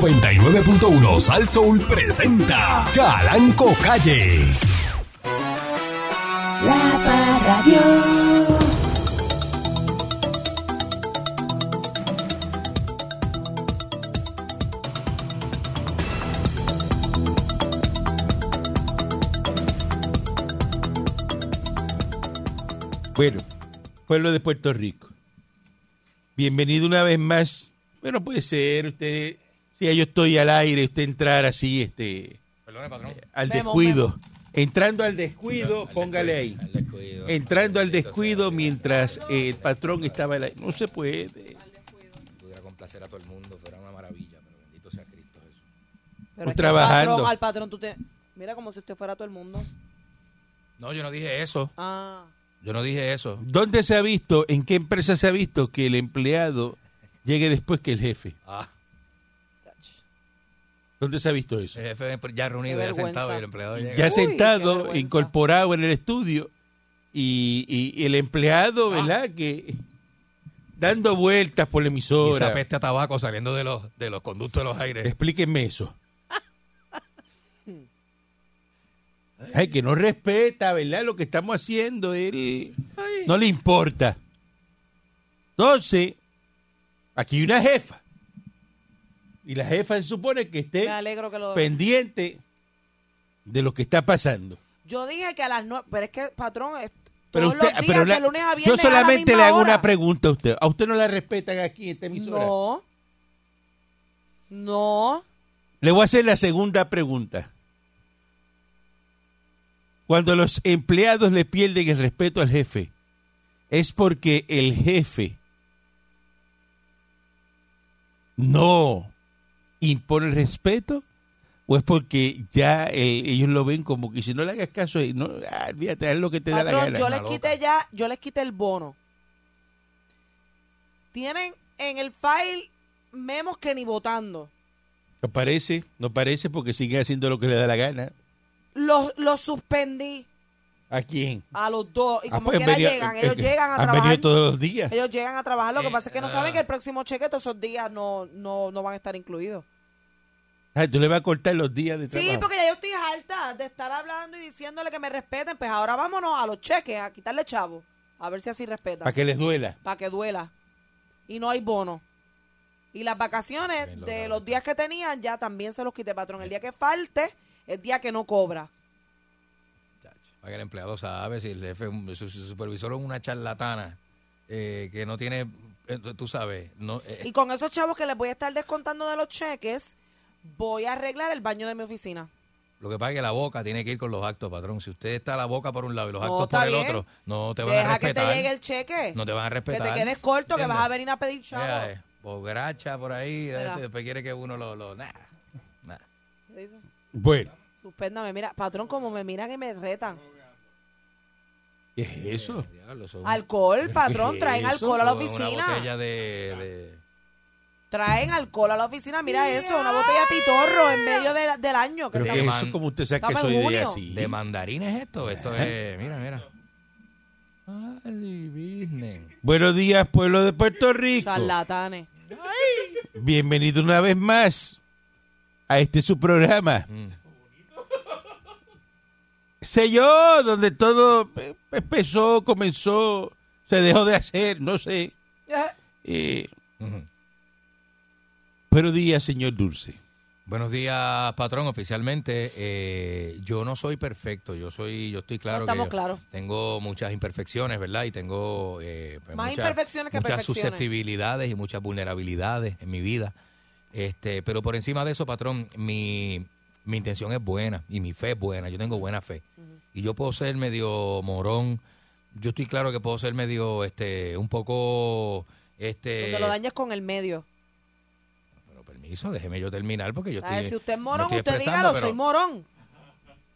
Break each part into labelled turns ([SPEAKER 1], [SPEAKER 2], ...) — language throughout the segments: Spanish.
[SPEAKER 1] 99.1 Sal Soul presenta Calanco Calle.
[SPEAKER 2] La Parradio.
[SPEAKER 3] Bueno, pueblo de Puerto Rico. Bienvenido una vez más. Bueno, puede ser, usted, si yo estoy al aire, usted entrar así, este,
[SPEAKER 4] Perdone, patrón.
[SPEAKER 3] al
[SPEAKER 5] Memo,
[SPEAKER 3] descuido. Entrando al descuido, póngale ahí. Entrando al descuido mientras eh, el patrón estaba al aire. No se puede.
[SPEAKER 4] Pudiera complacer a todo el mundo, fuera una maravilla, pero bendito sea Cristo Jesús.
[SPEAKER 3] Pues
[SPEAKER 5] Pero es que
[SPEAKER 3] trabajando.
[SPEAKER 5] Al patrón, al patrón, tú te... Mira como si usted fuera todo el mundo.
[SPEAKER 4] No, yo no dije eso.
[SPEAKER 5] Ah,
[SPEAKER 4] Yo no dije eso.
[SPEAKER 3] ¿Dónde se ha visto, en qué empresa se ha visto que el empleado llegue después que el jefe?
[SPEAKER 4] Ah,
[SPEAKER 5] chach.
[SPEAKER 3] ¿Dónde se ha visto eso?
[SPEAKER 4] el jefe ya reunido,
[SPEAKER 5] Qué
[SPEAKER 4] ya
[SPEAKER 5] vergüenza.
[SPEAKER 4] sentado y el empleado llega.
[SPEAKER 3] ya
[SPEAKER 5] Uy, qué
[SPEAKER 3] sentado,
[SPEAKER 5] vergüenza.
[SPEAKER 3] incorporado en el estudio, y, y- y el empleado,
[SPEAKER 5] Ah.
[SPEAKER 3] ¿verdad? Que dando vueltas por la
[SPEAKER 4] Y esa
[SPEAKER 3] emisora.
[SPEAKER 4] peste a tabaco saliendo de los, de los conductos de los aires.
[SPEAKER 3] Explíquenme eso. Ay, que no respeta, ¿verdad? Lo que estamos haciendo, él no le importa. Entonces, aquí hay una jefa. Y la jefa se supone que esté
[SPEAKER 5] me alegro que lo...
[SPEAKER 3] pendiente de lo que está pasando.
[SPEAKER 5] Yo dije que a las nueve... Pero es que, patrón, es...
[SPEAKER 3] Pero
[SPEAKER 5] todos
[SPEAKER 3] usted,
[SPEAKER 5] los días,
[SPEAKER 3] pero la-
[SPEAKER 5] de lunes a viernes
[SPEAKER 3] yo
[SPEAKER 5] a la
[SPEAKER 3] solamente
[SPEAKER 5] misma
[SPEAKER 3] le hago
[SPEAKER 5] hora.
[SPEAKER 3] una pregunta a usted. ¿A usted no la respetan aquí en esta emisora?
[SPEAKER 5] No. No.
[SPEAKER 3] Le voy a hacer la segunda pregunta. Cuando los empleados le pierden el respeto al jefe, es porque el jefe no impone el respeto o es porque ya eh, ellos lo ven como que si no le hagas caso, eh, no, ah, olvídate, haz lo que te da la
[SPEAKER 5] Patrón,
[SPEAKER 3] gana.
[SPEAKER 5] yo les
[SPEAKER 4] una
[SPEAKER 5] quité ya, yo les quité el bono. Tienen en el file memos que ni votando.
[SPEAKER 3] No parece, no parece porque sigue haciendo lo que le da la gana.
[SPEAKER 5] Los, los suspendí
[SPEAKER 3] ¿A quién?
[SPEAKER 5] a los dos. Y
[SPEAKER 3] Ah,
[SPEAKER 5] como
[SPEAKER 3] pues,
[SPEAKER 5] quiera
[SPEAKER 3] venía-
[SPEAKER 5] llegan.
[SPEAKER 3] eh,
[SPEAKER 5] Ellos
[SPEAKER 3] eh,
[SPEAKER 5] llegan a
[SPEAKER 3] Han
[SPEAKER 5] trabajar.
[SPEAKER 3] venido todos los días.
[SPEAKER 5] Ellos llegan a trabajar, lo que
[SPEAKER 4] Eh,
[SPEAKER 5] pasa es que no
[SPEAKER 4] ah.
[SPEAKER 5] saben que el próximo cheque todos esos días no, no, no van a estar incluidos.
[SPEAKER 3] Ah, tú le vas a cortar los días de trabajo.
[SPEAKER 5] Sí, porque ya yo estoy harta de estar hablando y diciéndole que me respeten, pues ahora vámonos a los cheques, a quitarle chavo, a ver si así respetan,
[SPEAKER 3] Para
[SPEAKER 5] para que,
[SPEAKER 3] que les duela.
[SPEAKER 5] duela. Y no hay bono. Y las vacaciones
[SPEAKER 4] Bien
[SPEAKER 5] de
[SPEAKER 4] logrado.
[SPEAKER 5] los días que tenían ya también se los quité, patrón. El día que falte, el día que no cobra.
[SPEAKER 4] Para que el empleado sabe si el jefe, su, su supervisor es una charlatana eh, que no tiene, eh, tú- tú sabes, no, eh,
[SPEAKER 5] Y con esos chavos que les voy a estar descontando de los cheques, voy a arreglar el baño de mi oficina.
[SPEAKER 4] lo que pasa es que la boca tiene que ir con los actos, patrón. Si usted está la boca por un lado y los
[SPEAKER 5] No,
[SPEAKER 4] actos
[SPEAKER 5] está
[SPEAKER 4] por el
[SPEAKER 5] bien.
[SPEAKER 4] otro, no te van a
[SPEAKER 5] Deja que
[SPEAKER 4] respetar.
[SPEAKER 5] te llegue el cheque.
[SPEAKER 4] No te van a
[SPEAKER 5] Que
[SPEAKER 4] respetar.
[SPEAKER 5] te quedes corto, que vas a
[SPEAKER 4] ¿Entiendes?
[SPEAKER 5] venir a pedir chavo.
[SPEAKER 4] Mira, eh, bogracha por ahí, eh,
[SPEAKER 5] Mira.
[SPEAKER 4] después quiere que uno lo... lo nah, nah.
[SPEAKER 5] ¿Qué dice?
[SPEAKER 3] Bueno.
[SPEAKER 5] Suspéndame, mira, patrón, como me miran y me retan.
[SPEAKER 3] ¿Qué es eso?
[SPEAKER 4] Eh, Diablo, son-
[SPEAKER 5] Alcohol, patrón,
[SPEAKER 3] ¿qué
[SPEAKER 5] traen
[SPEAKER 3] es
[SPEAKER 5] alcohol a la
[SPEAKER 4] son Una
[SPEAKER 5] oficina.
[SPEAKER 4] botella de...
[SPEAKER 5] Traen alcohol a la oficina, mira eso, una botella de pitorro en medio de la- del año. que
[SPEAKER 3] ¿Pero
[SPEAKER 5] te-
[SPEAKER 3] qué es
[SPEAKER 4] Estamos-
[SPEAKER 3] eso? ¿Cómo usted sabe que
[SPEAKER 5] estamos
[SPEAKER 3] soy
[SPEAKER 5] en
[SPEAKER 3] de
[SPEAKER 5] junio.
[SPEAKER 4] de,
[SPEAKER 3] así?
[SPEAKER 4] de mandarines esto. Esto es... Mira, mira. Ay, business.
[SPEAKER 3] Buenos días, pueblo de Puerto Rico.
[SPEAKER 5] Charlatanes.
[SPEAKER 3] Bienvenido una vez más a este su programa.
[SPEAKER 4] Mm.
[SPEAKER 3] Sé yo, donde todo eh, empezó, comenzó, se dejó de hacer, no sé.
[SPEAKER 5] Eh,
[SPEAKER 3] Eh,
[SPEAKER 4] Ujú.
[SPEAKER 3] buenos días, señor Dulce.
[SPEAKER 4] Buenos días, patrón. Oficialmente, eh, yo no soy perfecto. Yo soy, yo estoy claro
[SPEAKER 5] No estamos
[SPEAKER 4] que yo
[SPEAKER 5] claros.
[SPEAKER 4] tengo muchas imperfecciones, ¿verdad? Y tengo eh, pues,
[SPEAKER 5] Más
[SPEAKER 4] muchas-
[SPEAKER 5] imperfecciones que
[SPEAKER 4] muchas
[SPEAKER 5] perfecciones.
[SPEAKER 4] susceptibilidades y muchas vulnerabilidades en mi vida. Este, pero por encima de eso, patrón, mi, mi intención es buena y mi fe es buena. Yo tengo buena fe y yo puedo ser medio morón. Yo estoy claro que puedo ser medio, este, un poco, este.
[SPEAKER 5] Donde lo dañes con el medio.
[SPEAKER 4] Pero permiso, déjeme yo terminar porque yo
[SPEAKER 5] A ver,
[SPEAKER 4] estoy.
[SPEAKER 5] Ah, si usted es
[SPEAKER 4] me
[SPEAKER 5] morón,
[SPEAKER 4] estoy
[SPEAKER 5] usted
[SPEAKER 4] expresando,
[SPEAKER 5] dígalo,
[SPEAKER 4] pero-
[SPEAKER 5] soy morón.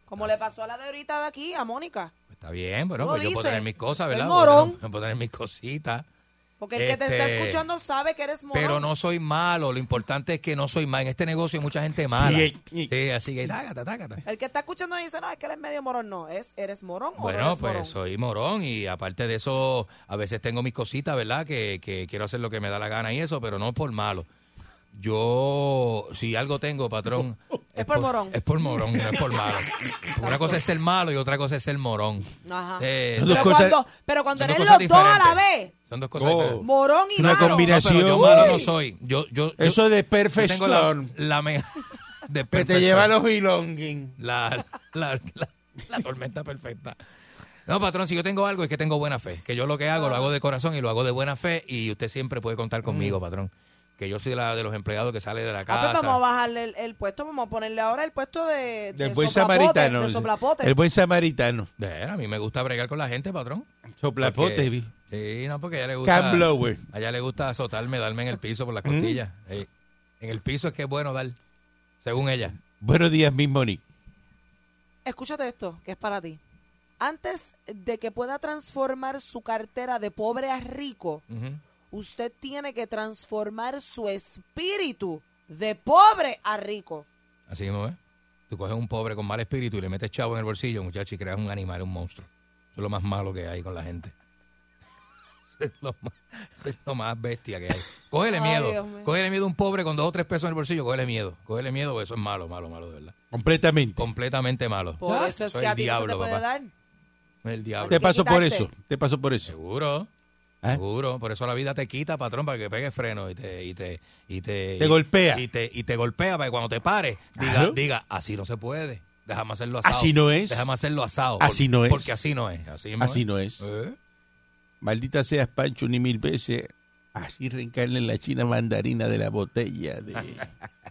[SPEAKER 5] Como le pasó a la de ahorita de aquí, a Mónica.
[SPEAKER 4] Está bien, pero
[SPEAKER 5] Lo
[SPEAKER 4] pues yo puedo
[SPEAKER 5] dice.
[SPEAKER 4] tener mis cosas,
[SPEAKER 5] Soy
[SPEAKER 4] ¿verdad?
[SPEAKER 5] morón.
[SPEAKER 4] Puedo, tener, puedo tener mis cositas.
[SPEAKER 5] Porque el que te está
[SPEAKER 4] Este,
[SPEAKER 5] escuchando sabe que eres morón.
[SPEAKER 4] Pero no soy malo. Lo importante es que no soy malo. En este negocio hay mucha gente mala.
[SPEAKER 3] Y- y-
[SPEAKER 4] Sí, así que tácata, tácata.
[SPEAKER 5] El que está escuchando y dice, no, es que él es medio morón. No, es eres morón o no
[SPEAKER 4] Bueno,
[SPEAKER 5] eres
[SPEAKER 4] pues
[SPEAKER 5] morón.
[SPEAKER 4] soy morón y aparte de eso, a veces tengo mis cositas, ¿verdad? Que, que quiero hacer lo que me da la gana y eso, pero no por malo. Yo, si algo tengo, patrón.
[SPEAKER 5] Es por morón.
[SPEAKER 4] Es por morón, no es por malo. Una cosa es ser malo y otra cosa es ser morón.
[SPEAKER 5] Ajá.
[SPEAKER 4] Eh,
[SPEAKER 3] Son
[SPEAKER 5] pero,
[SPEAKER 3] dos cosas-
[SPEAKER 5] cuando, pero cuando
[SPEAKER 4] son dos
[SPEAKER 5] eres los
[SPEAKER 4] cosas
[SPEAKER 5] dos a la vez,
[SPEAKER 4] diferentes. Son dos cosas
[SPEAKER 3] Oh.
[SPEAKER 4] diferentes.
[SPEAKER 5] morón y
[SPEAKER 3] Una
[SPEAKER 5] malo.
[SPEAKER 3] combinación.
[SPEAKER 4] No, pero yo
[SPEAKER 3] Uy.
[SPEAKER 4] malo no soy. Yo, yo, yo-
[SPEAKER 3] Eso de
[SPEAKER 4] yo
[SPEAKER 3] Perfect
[SPEAKER 4] tengo la,
[SPEAKER 3] Storm,
[SPEAKER 4] la me- de
[SPEAKER 3] que
[SPEAKER 4] perfecto.
[SPEAKER 3] te lleva a los belonging.
[SPEAKER 4] la, la, la- la tormenta perfecta. No, patrón, si yo tengo algo es que tengo buena fe. Que yo lo que hago, lo hago de corazón y lo hago de buena fe. Y usted siempre puede contar
[SPEAKER 3] Mm.
[SPEAKER 4] conmigo, patrón. Que yo soy la de los empleados que sale de la
[SPEAKER 5] Ah, pues
[SPEAKER 4] casa.
[SPEAKER 5] vamos a bajarle el, el puesto, vamos a ponerle ahora el puesto de, de
[SPEAKER 3] Del buen
[SPEAKER 5] soplapote,
[SPEAKER 3] samaritano.
[SPEAKER 5] de
[SPEAKER 3] dice.
[SPEAKER 5] soplapote.
[SPEAKER 3] El buen samaritano.
[SPEAKER 4] Ver, a mí me gusta bregar con la gente, patrón.
[SPEAKER 3] Soplapote,
[SPEAKER 4] Porque-
[SPEAKER 3] vi.
[SPEAKER 4] Sí, no, porque a ella le gusta.
[SPEAKER 3] Can blower.
[SPEAKER 4] A ella le gusta azotarme, darme en el piso por las
[SPEAKER 3] Mm.
[SPEAKER 4] costillas. Sí. En el piso es que es bueno dar, según ella.
[SPEAKER 3] Buenos días, Miss Monique.
[SPEAKER 5] Escúchate esto, que es para ti. Antes de que pueda transformar su cartera de pobre a rico,
[SPEAKER 4] Ujú.
[SPEAKER 5] usted tiene que transformar su espíritu de pobre a rico.
[SPEAKER 4] Así mismo, ¿eh? Tú coges un pobre con mal espíritu y le metes chavo en el bolsillo, muchacho, y creas un animal, un monstruo. Eso es lo más malo que hay con la gente. Eso Es lo más, eso es lo más bestia que hay. Cógele
[SPEAKER 5] Ay,
[SPEAKER 4] miedo.
[SPEAKER 5] Dios mío.
[SPEAKER 4] Cógele miedo a un pobre con dos o tres pesos en el bolsillo. Cógele miedo. Cógele miedo, porque eso es malo, malo, malo, de verdad.
[SPEAKER 3] Completamente.
[SPEAKER 4] Completamente malo.
[SPEAKER 5] Por eso es
[SPEAKER 4] Soy
[SPEAKER 5] que a
[SPEAKER 4] el
[SPEAKER 5] ti no se
[SPEAKER 4] diablo,
[SPEAKER 5] te puede
[SPEAKER 4] papá. Mm.
[SPEAKER 5] dar.
[SPEAKER 4] El diablo.
[SPEAKER 3] Te paso por
[SPEAKER 5] quitaste.
[SPEAKER 3] eso. Te paso por eso.
[SPEAKER 4] Seguro.
[SPEAKER 3] ¿Eh?
[SPEAKER 4] Seguro, por eso la vida te quita, patrón, para que pegue freno y te y te y te,
[SPEAKER 3] Te
[SPEAKER 4] y-
[SPEAKER 3] golpea.
[SPEAKER 4] y te y te golpea para que cuando te pares diga
[SPEAKER 3] Claro.
[SPEAKER 4] diga así no se puede, déjame hacerlo asado,
[SPEAKER 3] Así no es.
[SPEAKER 4] déjame hacerlo asado,
[SPEAKER 3] Así no es.
[SPEAKER 4] porque así no es, así, mismo
[SPEAKER 3] Así no es.
[SPEAKER 4] ¿Eh?
[SPEAKER 3] Maldita seas, Pancho, ni mil veces. Así reencarna en la china mandarina de la botella de,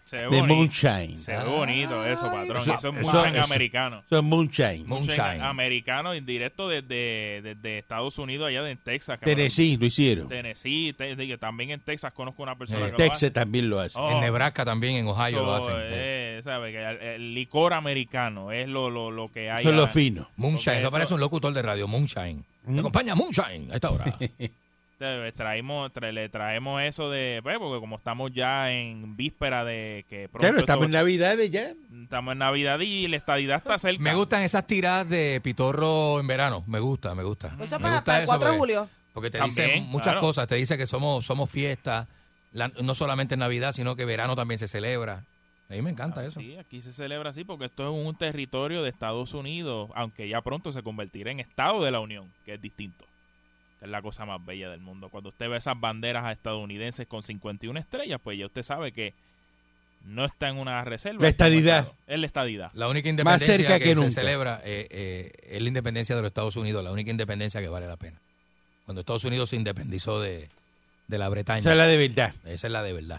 [SPEAKER 2] Se ve
[SPEAKER 3] de
[SPEAKER 2] boni-
[SPEAKER 3] Moonshine.
[SPEAKER 2] Se ve bonito eso, patrón.
[SPEAKER 3] Eso-
[SPEAKER 2] Eso, es
[SPEAKER 3] eso-
[SPEAKER 2] moonshine
[SPEAKER 3] eso-
[SPEAKER 2] americano.
[SPEAKER 3] Son Moonshine.
[SPEAKER 4] Moon-
[SPEAKER 2] Moonshine
[SPEAKER 4] moonshine.
[SPEAKER 2] americano en directo desde, desde Estados Unidos, allá en Texas. cabrón.
[SPEAKER 3] Tennessee lo hicieron.
[SPEAKER 2] Tennessee, te- digo, también en Texas conozco una persona
[SPEAKER 4] Eh,
[SPEAKER 2] que
[SPEAKER 3] Texas también lo hace.
[SPEAKER 2] Oh,
[SPEAKER 4] En Nebraska también, en
[SPEAKER 2] lo hace.
[SPEAKER 4] Ohio lo
[SPEAKER 2] So,
[SPEAKER 4] hacen. eh.
[SPEAKER 2] eh, sabe que el, el licor americano es lo, lo, lo que hay.
[SPEAKER 3] Son los
[SPEAKER 2] ahora.
[SPEAKER 3] finos.
[SPEAKER 4] Moonshine,
[SPEAKER 2] porque
[SPEAKER 4] eso
[SPEAKER 2] eso-
[SPEAKER 4] parece un locutor de radio, Moonshine.
[SPEAKER 3] ¿Mm?
[SPEAKER 4] Te acompaña Moonshine a esta hora.
[SPEAKER 2] Sabe, Traemos, tra- le traemos eso de. pues, porque como estamos ya en víspera de que pronto
[SPEAKER 3] Claro,
[SPEAKER 2] esto
[SPEAKER 3] estamos en
[SPEAKER 2] va-
[SPEAKER 3] Navidades ya.
[SPEAKER 2] estamos en Navidad y la estadidad está cerca.
[SPEAKER 4] me gustan esas tiradas de pitorro en verano, me gusta, me gusta.
[SPEAKER 5] Eso es
[SPEAKER 4] Me
[SPEAKER 5] para,
[SPEAKER 4] gusta
[SPEAKER 5] para el
[SPEAKER 4] eso
[SPEAKER 5] 4
[SPEAKER 4] pues.
[SPEAKER 5] de
[SPEAKER 4] porque-
[SPEAKER 5] julio.
[SPEAKER 4] Porque te
[SPEAKER 2] También,
[SPEAKER 4] dicen muchas
[SPEAKER 2] claro.
[SPEAKER 4] cosas. Te dice que somos, somos fiesta, la- no solamente en Navidad, sino que verano también se celebra. A mí me encanta eso.
[SPEAKER 2] Ah, Sí, aquí se celebra así porque esto es un territorio de Estados Unidos, aunque ya pronto se convertirá en Estado de la Unión, que es distinto. Que es la cosa más bella del mundo. Cuando usted ve esas banderas estadounidenses con 51 estrellas, pues ya usted sabe que no está en una reserva.
[SPEAKER 3] La
[SPEAKER 2] está en un
[SPEAKER 3] estadidad.
[SPEAKER 2] estado. Es la estadidad.
[SPEAKER 4] La única independencia
[SPEAKER 3] cerca
[SPEAKER 4] que,
[SPEAKER 3] que
[SPEAKER 4] se
[SPEAKER 3] nunca.
[SPEAKER 4] celebra eh, eh, es la independencia de los Estados Unidos, la única independencia que vale la pena. Cuando Estados Unidos se independizó de, de la
[SPEAKER 3] O
[SPEAKER 4] Bretaña,
[SPEAKER 3] sea, la de verdad.
[SPEAKER 4] esa es la de verdad.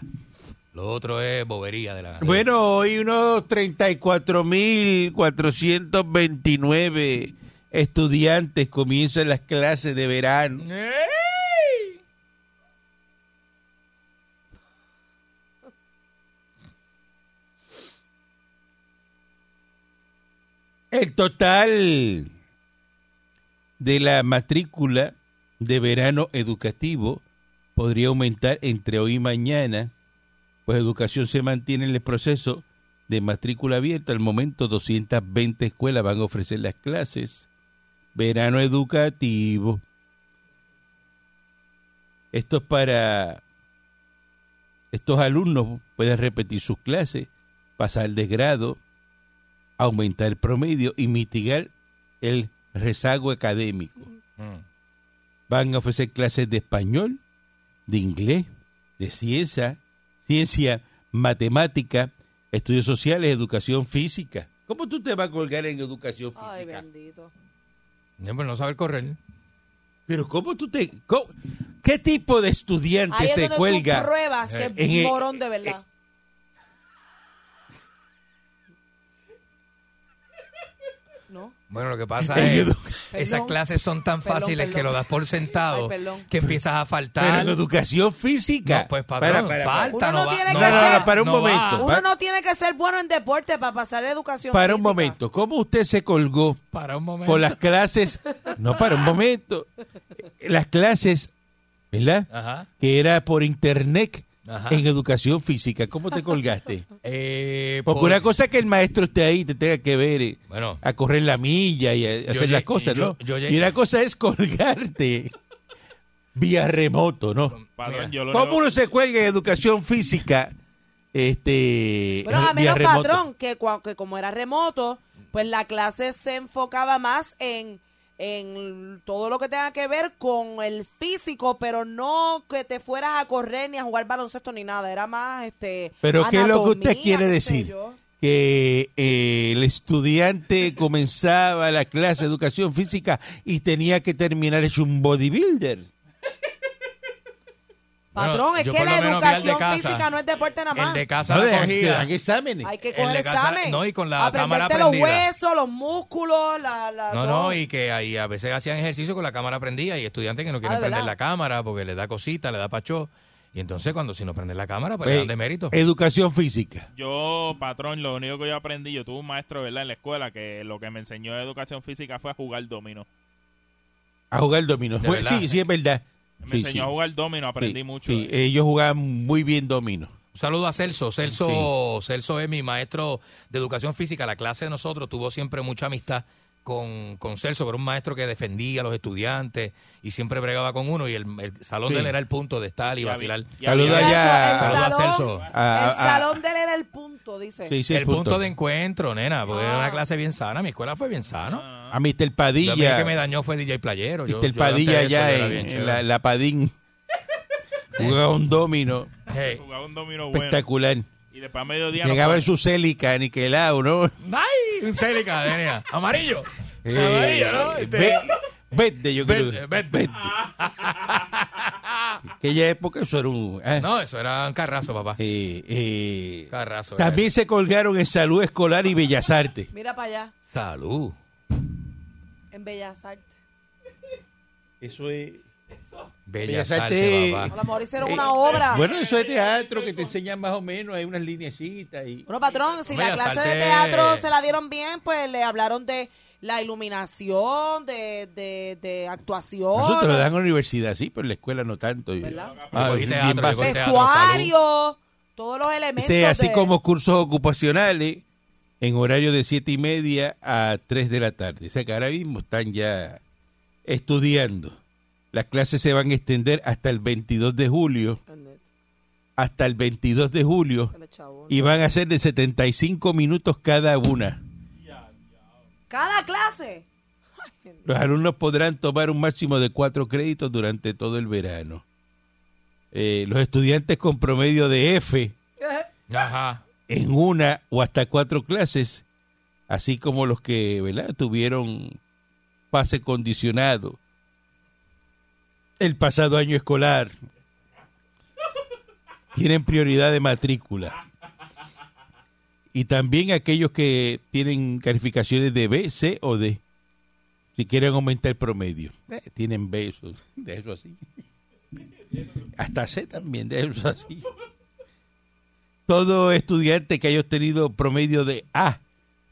[SPEAKER 4] Lo otro es bobería de la.
[SPEAKER 3] Bueno, hoy unos 34.429 estudiantes comienzan las clases de verano. El total de la matrícula de verano educativo podría aumentar entre hoy y mañana, pues educación se mantiene en el proceso de matrícula abierta. Al momento 220 escuelas van a ofrecer las clases. Verano educativo. Esto es para estos alumnos pueden repetir sus clases, pasar de grado, aumentar el promedio y mitigar el rezago académico.
[SPEAKER 4] Mm.
[SPEAKER 3] Van a ofrecer clases de español, de inglés, de ciencia, ciencia, matemática, estudios sociales, educación física. ¿Cómo tú te vas a colgar en educación física?
[SPEAKER 5] Ay, bendito.
[SPEAKER 4] No, pero pues, no saber correr.
[SPEAKER 3] Pero ¿cómo tú te... cómo- ¿Qué tipo de estudiante
[SPEAKER 5] Ahí es
[SPEAKER 3] se
[SPEAKER 5] donde
[SPEAKER 3] cuelga?
[SPEAKER 5] tú pruebas
[SPEAKER 4] Eh,
[SPEAKER 5] que
[SPEAKER 3] en
[SPEAKER 5] es
[SPEAKER 3] el-
[SPEAKER 5] morón de verdad. ¿No?
[SPEAKER 4] Bueno, lo que pasa
[SPEAKER 3] En
[SPEAKER 4] es
[SPEAKER 3] edu-
[SPEAKER 4] esas
[SPEAKER 5] Perdón.
[SPEAKER 4] clases son tan
[SPEAKER 5] Perdón,
[SPEAKER 4] fáciles que
[SPEAKER 5] perdón.
[SPEAKER 4] lo das por sentado
[SPEAKER 5] Ay, perdón.
[SPEAKER 4] que empiezas a
[SPEAKER 3] Pero
[SPEAKER 4] faltar.
[SPEAKER 3] en educación física.
[SPEAKER 4] No, pues patrón, falta.
[SPEAKER 5] Uno no
[SPEAKER 4] va-
[SPEAKER 5] tiene
[SPEAKER 3] que
[SPEAKER 4] va-
[SPEAKER 3] ser- para un
[SPEAKER 4] va.
[SPEAKER 3] momento.
[SPEAKER 5] Uno no tiene que ser bueno en deporte para pasar a educación.
[SPEAKER 3] para un
[SPEAKER 5] física.
[SPEAKER 3] momento, ¿cómo usted se colgó
[SPEAKER 4] Para un momento.
[SPEAKER 3] con las clases? No, para un momento. Las clases, ¿verdad?
[SPEAKER 4] Ajá.
[SPEAKER 3] Que era por internet
[SPEAKER 4] Ah. Ajá.
[SPEAKER 3] en educación física. ¿Cómo te colgaste?
[SPEAKER 4] Eh,
[SPEAKER 3] Porque
[SPEAKER 4] por-
[SPEAKER 3] una cosa es que el maestro esté ahí, te tenga que ver eh,
[SPEAKER 4] Bueno,
[SPEAKER 3] a correr la milla y a
[SPEAKER 4] lle-
[SPEAKER 3] hacer las cosas,
[SPEAKER 4] yo-
[SPEAKER 3] ¿no?
[SPEAKER 4] yo lle-
[SPEAKER 3] y una cosa es colgarte vía remoto, ¿no?
[SPEAKER 2] Patrón,
[SPEAKER 4] Mira,
[SPEAKER 2] yo lo
[SPEAKER 3] ¿Cómo
[SPEAKER 2] único-
[SPEAKER 3] uno se cuelga en educación física Este,
[SPEAKER 5] Bueno, a
[SPEAKER 3] vía
[SPEAKER 5] menos
[SPEAKER 3] remota.
[SPEAKER 5] patrón, que, cua- que como era remoto, pues la clase se enfocaba más en, en todo lo que tenga que ver con el físico, pero no que te fueras a correr ni a jugar baloncesto ni nada. Era más, este.
[SPEAKER 3] Pero ¿qué es lo que
[SPEAKER 5] anatomía,
[SPEAKER 3] usted quiere
[SPEAKER 5] qué sé
[SPEAKER 3] decir?
[SPEAKER 5] yo.
[SPEAKER 3] Que eh, el estudiante comenzaba la clase de educación física y tenía que terminar hecho un bodybuilder.
[SPEAKER 4] Bueno,
[SPEAKER 5] Patrón, es
[SPEAKER 4] yo
[SPEAKER 5] que
[SPEAKER 4] por
[SPEAKER 5] la
[SPEAKER 4] lo menos vi al de
[SPEAKER 5] educación
[SPEAKER 4] casa.
[SPEAKER 5] física no es deporte nada
[SPEAKER 4] El
[SPEAKER 5] más.
[SPEAKER 4] de casa
[SPEAKER 3] No,
[SPEAKER 4] la
[SPEAKER 3] dejan que
[SPEAKER 4] cogía.
[SPEAKER 3] dan exámenes.
[SPEAKER 5] Hay que
[SPEAKER 4] el
[SPEAKER 5] coger
[SPEAKER 4] de casa-
[SPEAKER 5] examen.
[SPEAKER 4] no, y con la cámara
[SPEAKER 5] Aprenderte los
[SPEAKER 4] prendida.
[SPEAKER 5] huesos, los músculos, la. la
[SPEAKER 4] No,
[SPEAKER 5] todo.
[SPEAKER 4] no, y que ahí a veces hacían ejercicio con la cámara prendida y estudiantes que no quieren
[SPEAKER 5] Ah, ¿de
[SPEAKER 4] prender
[SPEAKER 5] verdad?
[SPEAKER 4] la cámara porque le da cosita, le da pachó. Y entonces cuando si no prenden la cámara, pues, le
[SPEAKER 3] Pues,
[SPEAKER 4] dan de mérito.
[SPEAKER 3] Educación física.
[SPEAKER 2] Yo, patrón, lo único que yo aprendí, yo tuve un maestro, ¿verdad? En la escuela que lo que me enseñó de educación física fue a jugar dominó.
[SPEAKER 3] A jugar dominó.
[SPEAKER 4] De
[SPEAKER 3] Fue-
[SPEAKER 4] verdad.
[SPEAKER 3] sí, sí, es verdad.
[SPEAKER 2] Me
[SPEAKER 3] Sí,
[SPEAKER 2] enseñó
[SPEAKER 3] sí.
[SPEAKER 2] a jugar dominó, aprendí
[SPEAKER 3] Sí,
[SPEAKER 2] mucho.
[SPEAKER 3] sí,
[SPEAKER 2] de-
[SPEAKER 3] ellos jugaban muy bien domino.
[SPEAKER 4] Un saludo a Celso. Celso, Celso es mi maestro de educación física. La clase de nosotros tuvo siempre mucha amistad con, con Celso, pero un maestro que defendía a los estudiantes y siempre bregaba con uno. Y el, el salón
[SPEAKER 3] Sí.
[SPEAKER 4] de él era el punto de estar y
[SPEAKER 2] había-
[SPEAKER 4] vacilar.
[SPEAKER 2] y
[SPEAKER 3] Saluda
[SPEAKER 2] había-
[SPEAKER 3] allá.
[SPEAKER 5] Celso, el
[SPEAKER 4] Saluda a
[SPEAKER 5] salón-
[SPEAKER 4] Celso.
[SPEAKER 3] Ah,
[SPEAKER 5] El
[SPEAKER 3] ah,
[SPEAKER 5] salón de él era el punto, dice.
[SPEAKER 3] Sí, sí,
[SPEAKER 4] el punto. de encuentro, nena, porque era
[SPEAKER 5] Ah.
[SPEAKER 4] una clase bien sana. Mi escuela fue bien sana.
[SPEAKER 3] A Mr.
[SPEAKER 4] Lo único
[SPEAKER 3] Ah. Padilla.
[SPEAKER 4] que me dañó fue DJ Playero. Yo-
[SPEAKER 3] Viste el
[SPEAKER 4] yo antes de
[SPEAKER 3] Padilla
[SPEAKER 4] eso yo
[SPEAKER 3] allá
[SPEAKER 4] era
[SPEAKER 3] en,
[SPEAKER 4] bien
[SPEAKER 3] en
[SPEAKER 4] chévere.
[SPEAKER 3] la, la Padín. Jugaba un domino
[SPEAKER 4] Hey.
[SPEAKER 2] Jugaba un dominó bueno.
[SPEAKER 3] espectacular.
[SPEAKER 2] Y después a mediodía nos
[SPEAKER 3] eh, Llegaba en su célica, aniquilado, ¿no?
[SPEAKER 4] ¡Ay! Un Celica, nena. Amarillo.
[SPEAKER 3] Eh,
[SPEAKER 4] Amarillo, ¿no? Este-
[SPEAKER 3] ve- Verde, yo creo.
[SPEAKER 4] Verde, verde.
[SPEAKER 3] En Aquella época eso era un... ah,
[SPEAKER 4] Ah. No, eso era un carrazo, papá.
[SPEAKER 3] eh, eh,
[SPEAKER 4] Carrazo. era
[SPEAKER 3] También se colgaron en salud escolar y bellas artes.
[SPEAKER 5] Mira para allá,
[SPEAKER 4] eso. Salud.
[SPEAKER 5] en Bellas Artes.
[SPEAKER 3] Eso es...
[SPEAKER 4] Bellas,
[SPEAKER 3] Bellas
[SPEAKER 4] artes,
[SPEAKER 3] Artes.
[SPEAKER 5] A
[SPEAKER 4] papá.
[SPEAKER 5] lo mejor hicieron
[SPEAKER 3] eh,
[SPEAKER 5] una obra.
[SPEAKER 3] Bueno, eso es teatro que te enseñan más o menos, hay unas lineecitas y...
[SPEAKER 5] Bueno, patrón, si la
[SPEAKER 4] Bellas
[SPEAKER 5] clase de
[SPEAKER 4] Artes.
[SPEAKER 5] teatro se la dieron bien, pues le hablaron de la iluminación, de, de, de actuación,
[SPEAKER 3] Nosotros lo dan en la universidad, sí, pero en la escuela no tanto. Y-
[SPEAKER 5] ¿Verdad?
[SPEAKER 3] Ah,
[SPEAKER 4] Cogí
[SPEAKER 3] bien
[SPEAKER 4] teatro,
[SPEAKER 3] básico.
[SPEAKER 4] cogí teatro,
[SPEAKER 5] vestuario, todos los elementos.
[SPEAKER 3] Dice, así
[SPEAKER 5] de-
[SPEAKER 3] como cursos ocupacionales en horario de siete y media a 3 de la tarde. O sea que ahora mismo están ya estudiando. Las clases se van a extender hasta el 22 de julio, hasta el 22 de julio, y van a ser de 75 minutos cada una.
[SPEAKER 5] Cada clase.
[SPEAKER 3] Los alumnos podrán tomar un máximo de cuatro créditos durante todo el verano. Eh, los estudiantes con promedio de F
[SPEAKER 4] Ajá.
[SPEAKER 3] en una o hasta cuatro clases, así como los que ¿verdad? tuvieron pase condicionado el pasado año escolar, tienen prioridad de matrícula. Y también aquellos que tienen calificaciones de B, C o D, si quieren aumentar el promedio. Eh, tienen B, eso- de eso así. Hasta C también, de eso así todo estudiante que haya obtenido promedio de A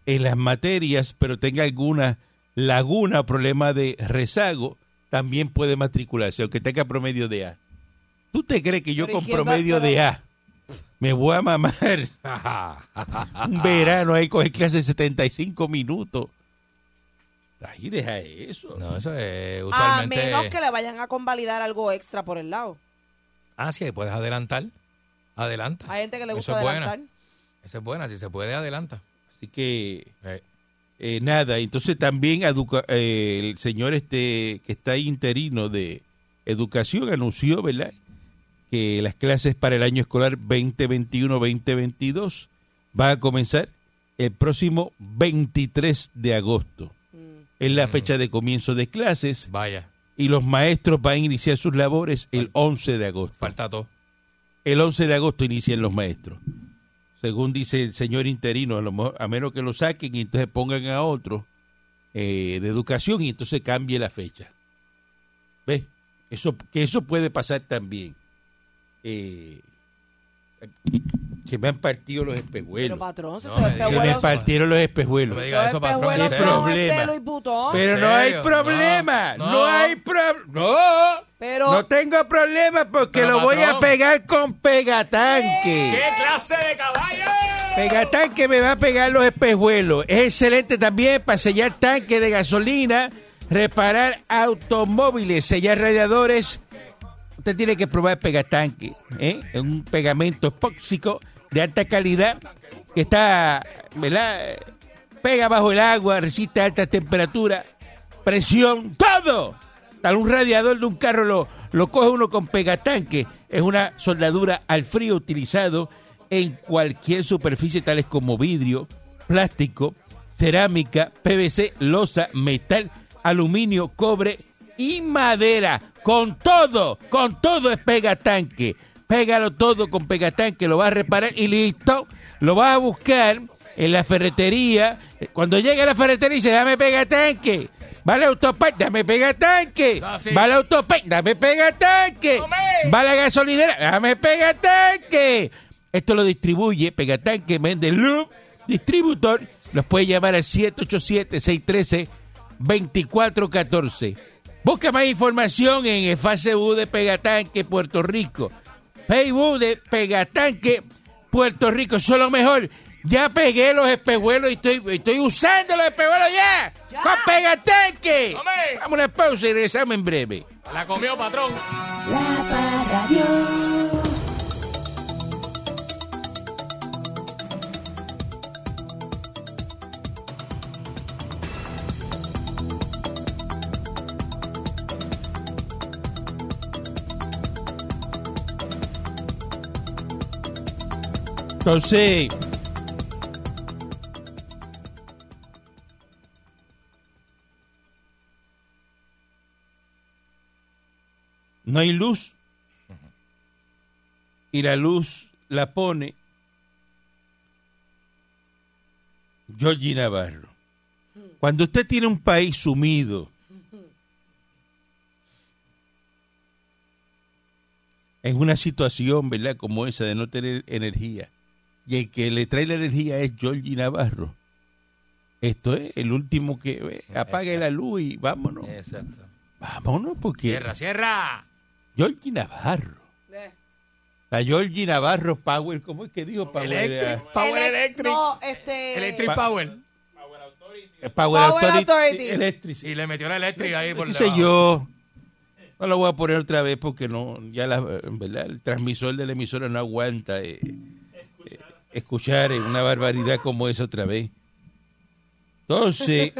[SPEAKER 3] en las materias, pero tenga alguna laguna, problema de rezago, también puede matricularse, aunque tenga promedio de A. ¿Tú te crees que yo
[SPEAKER 5] Pero ¿y
[SPEAKER 3] con
[SPEAKER 5] quién va a
[SPEAKER 3] promedio
[SPEAKER 5] estar
[SPEAKER 3] de A me voy a mamar
[SPEAKER 4] Ajá.
[SPEAKER 3] un verano ahí con clase de 75 minutos? Ahí deja eso.
[SPEAKER 4] No, eso es
[SPEAKER 5] A
[SPEAKER 4] usualmente.
[SPEAKER 5] menos que le vayan a convalidar algo extra por el lado.
[SPEAKER 4] Ah, sí, puedes adelantar. Adelanta.
[SPEAKER 5] Hay gente que le
[SPEAKER 4] Eso
[SPEAKER 5] gusta
[SPEAKER 4] es buena.
[SPEAKER 5] adelantar.
[SPEAKER 4] Esa es buena, si se puede, adelanta.
[SPEAKER 3] Así que
[SPEAKER 4] Eh,
[SPEAKER 3] Eh, nada, entonces también educa- eh, el señor este que está ahí interino de educación anunció, ¿verdad? Que las clases para el año escolar 2021-2022 van a comenzar el próximo 23 de agosto. Es la fecha de comienzo de clases
[SPEAKER 4] vaya,
[SPEAKER 3] y los maestros van a iniciar sus labores el 11 de agosto.
[SPEAKER 4] falta todo.
[SPEAKER 3] El 11 de agosto inician los maestros. Según dice el señor interino, a, lo mejor- a menos que lo saquen y entonces pongan a otro eh, de educación y entonces cambie la fecha. ¿Ves? Eso, que eso puede pasar también. Eh, se me han partido los
[SPEAKER 5] Pero
[SPEAKER 3] espejuelos.
[SPEAKER 5] patrón, si
[SPEAKER 4] No,
[SPEAKER 5] sus
[SPEAKER 4] me
[SPEAKER 3] Se me
[SPEAKER 5] espejuelos-
[SPEAKER 3] partieron los
[SPEAKER 4] No me
[SPEAKER 3] espejuelos.
[SPEAKER 4] digas
[SPEAKER 5] sus
[SPEAKER 4] eso, patrón,
[SPEAKER 5] espejuelos
[SPEAKER 4] ¿qué
[SPEAKER 5] son
[SPEAKER 3] problema?
[SPEAKER 5] este Louis Vuitton.
[SPEAKER 3] Pero
[SPEAKER 4] ¿En
[SPEAKER 3] no hay
[SPEAKER 4] serio?
[SPEAKER 3] problema.
[SPEAKER 4] No,
[SPEAKER 3] No,
[SPEAKER 4] no.
[SPEAKER 3] hay problema. No.
[SPEAKER 5] Pero-
[SPEAKER 3] no tengo problema porque
[SPEAKER 4] Pero,
[SPEAKER 3] lo voy a
[SPEAKER 4] patrón.
[SPEAKER 3] pegar con pegatanque.
[SPEAKER 4] clase de caballo!
[SPEAKER 3] Pegatán que me va a pegar los espejuelos. Es excelente también para sellar tanques de gasolina, reparar automóviles, sellar radiadores. Usted tiene que probar Pegatanque, ¿eh? Es un pegamento epóxico de alta calidad que está, ¿verdad? Eh, Pega bajo el agua, resiste altas temperaturas, presión, todo. Tal un radiador de un carro lo, lo coge uno con pegatanque. Es una soldadura al frío utilizado en cualquier superficie, tales como vidrio, plástico, cerámica, PVC, losa, metal, aluminio, cobre y madera. Con todo, con todo es pegatanque. Pégalo todo con pegatanque, lo vas a reparar y listo. Lo vas a buscar en la ferretería. Cuando llegue a la ferretería dice, dame pegatanque. Va al autopack, dame pegatanque.
[SPEAKER 4] Así.
[SPEAKER 3] Va al autopack, dame pegatanque. Va a la gasolinera, dame pegatanque. Esto lo distribuye Pegatanque Méndez Loop, distributor. Los puede llamar al 787-613-2414. Busca más información en el Facebook de Pegatanque Puerto Rico. Facebook de Pegatanque Puerto Rico. Eso es lo mejor. Ya pegué los espejuelos y estoy, estoy usando los espejuelos ya.
[SPEAKER 5] Ya.
[SPEAKER 3] ¡Con Pegatanque!
[SPEAKER 4] Hombre.
[SPEAKER 3] Vamos a una pausa y regresamos en breve.
[SPEAKER 4] La comió, patrón.
[SPEAKER 6] La Parradio.
[SPEAKER 3] Entonces, no hay luz. Y la luz la pone Georgie Navarro. Cuando usted tiene un país sumido en una situación, ¿verdad? Como esa de no tener energía, y el que le trae la energía es Georgie Navarro. Esto es el último que eh, apague la luz y vámonos.
[SPEAKER 4] Exacto.
[SPEAKER 3] Vámonos porque
[SPEAKER 4] Cierra, cierra.
[SPEAKER 3] Georgie Navarro. La Georgie Navarro Power, ¿cómo es que dijo Power?
[SPEAKER 4] Electric.
[SPEAKER 3] Eh,
[SPEAKER 4] Power
[SPEAKER 5] Elec-
[SPEAKER 4] Electric.
[SPEAKER 5] No, este.
[SPEAKER 4] Electric
[SPEAKER 3] Pa-
[SPEAKER 4] Power.
[SPEAKER 3] Power,
[SPEAKER 5] Authority.
[SPEAKER 3] Authority. Electric.
[SPEAKER 4] Y le metió la eléctrica ahí por
[SPEAKER 3] Sí,
[SPEAKER 4] debajo.
[SPEAKER 3] yo. No lo voy a poner otra vez porque no, ya la, en verdad, el transmisor de la emisora no aguanta eh, eh, escuchar eh, una barbaridad como esa otra vez. Entonces,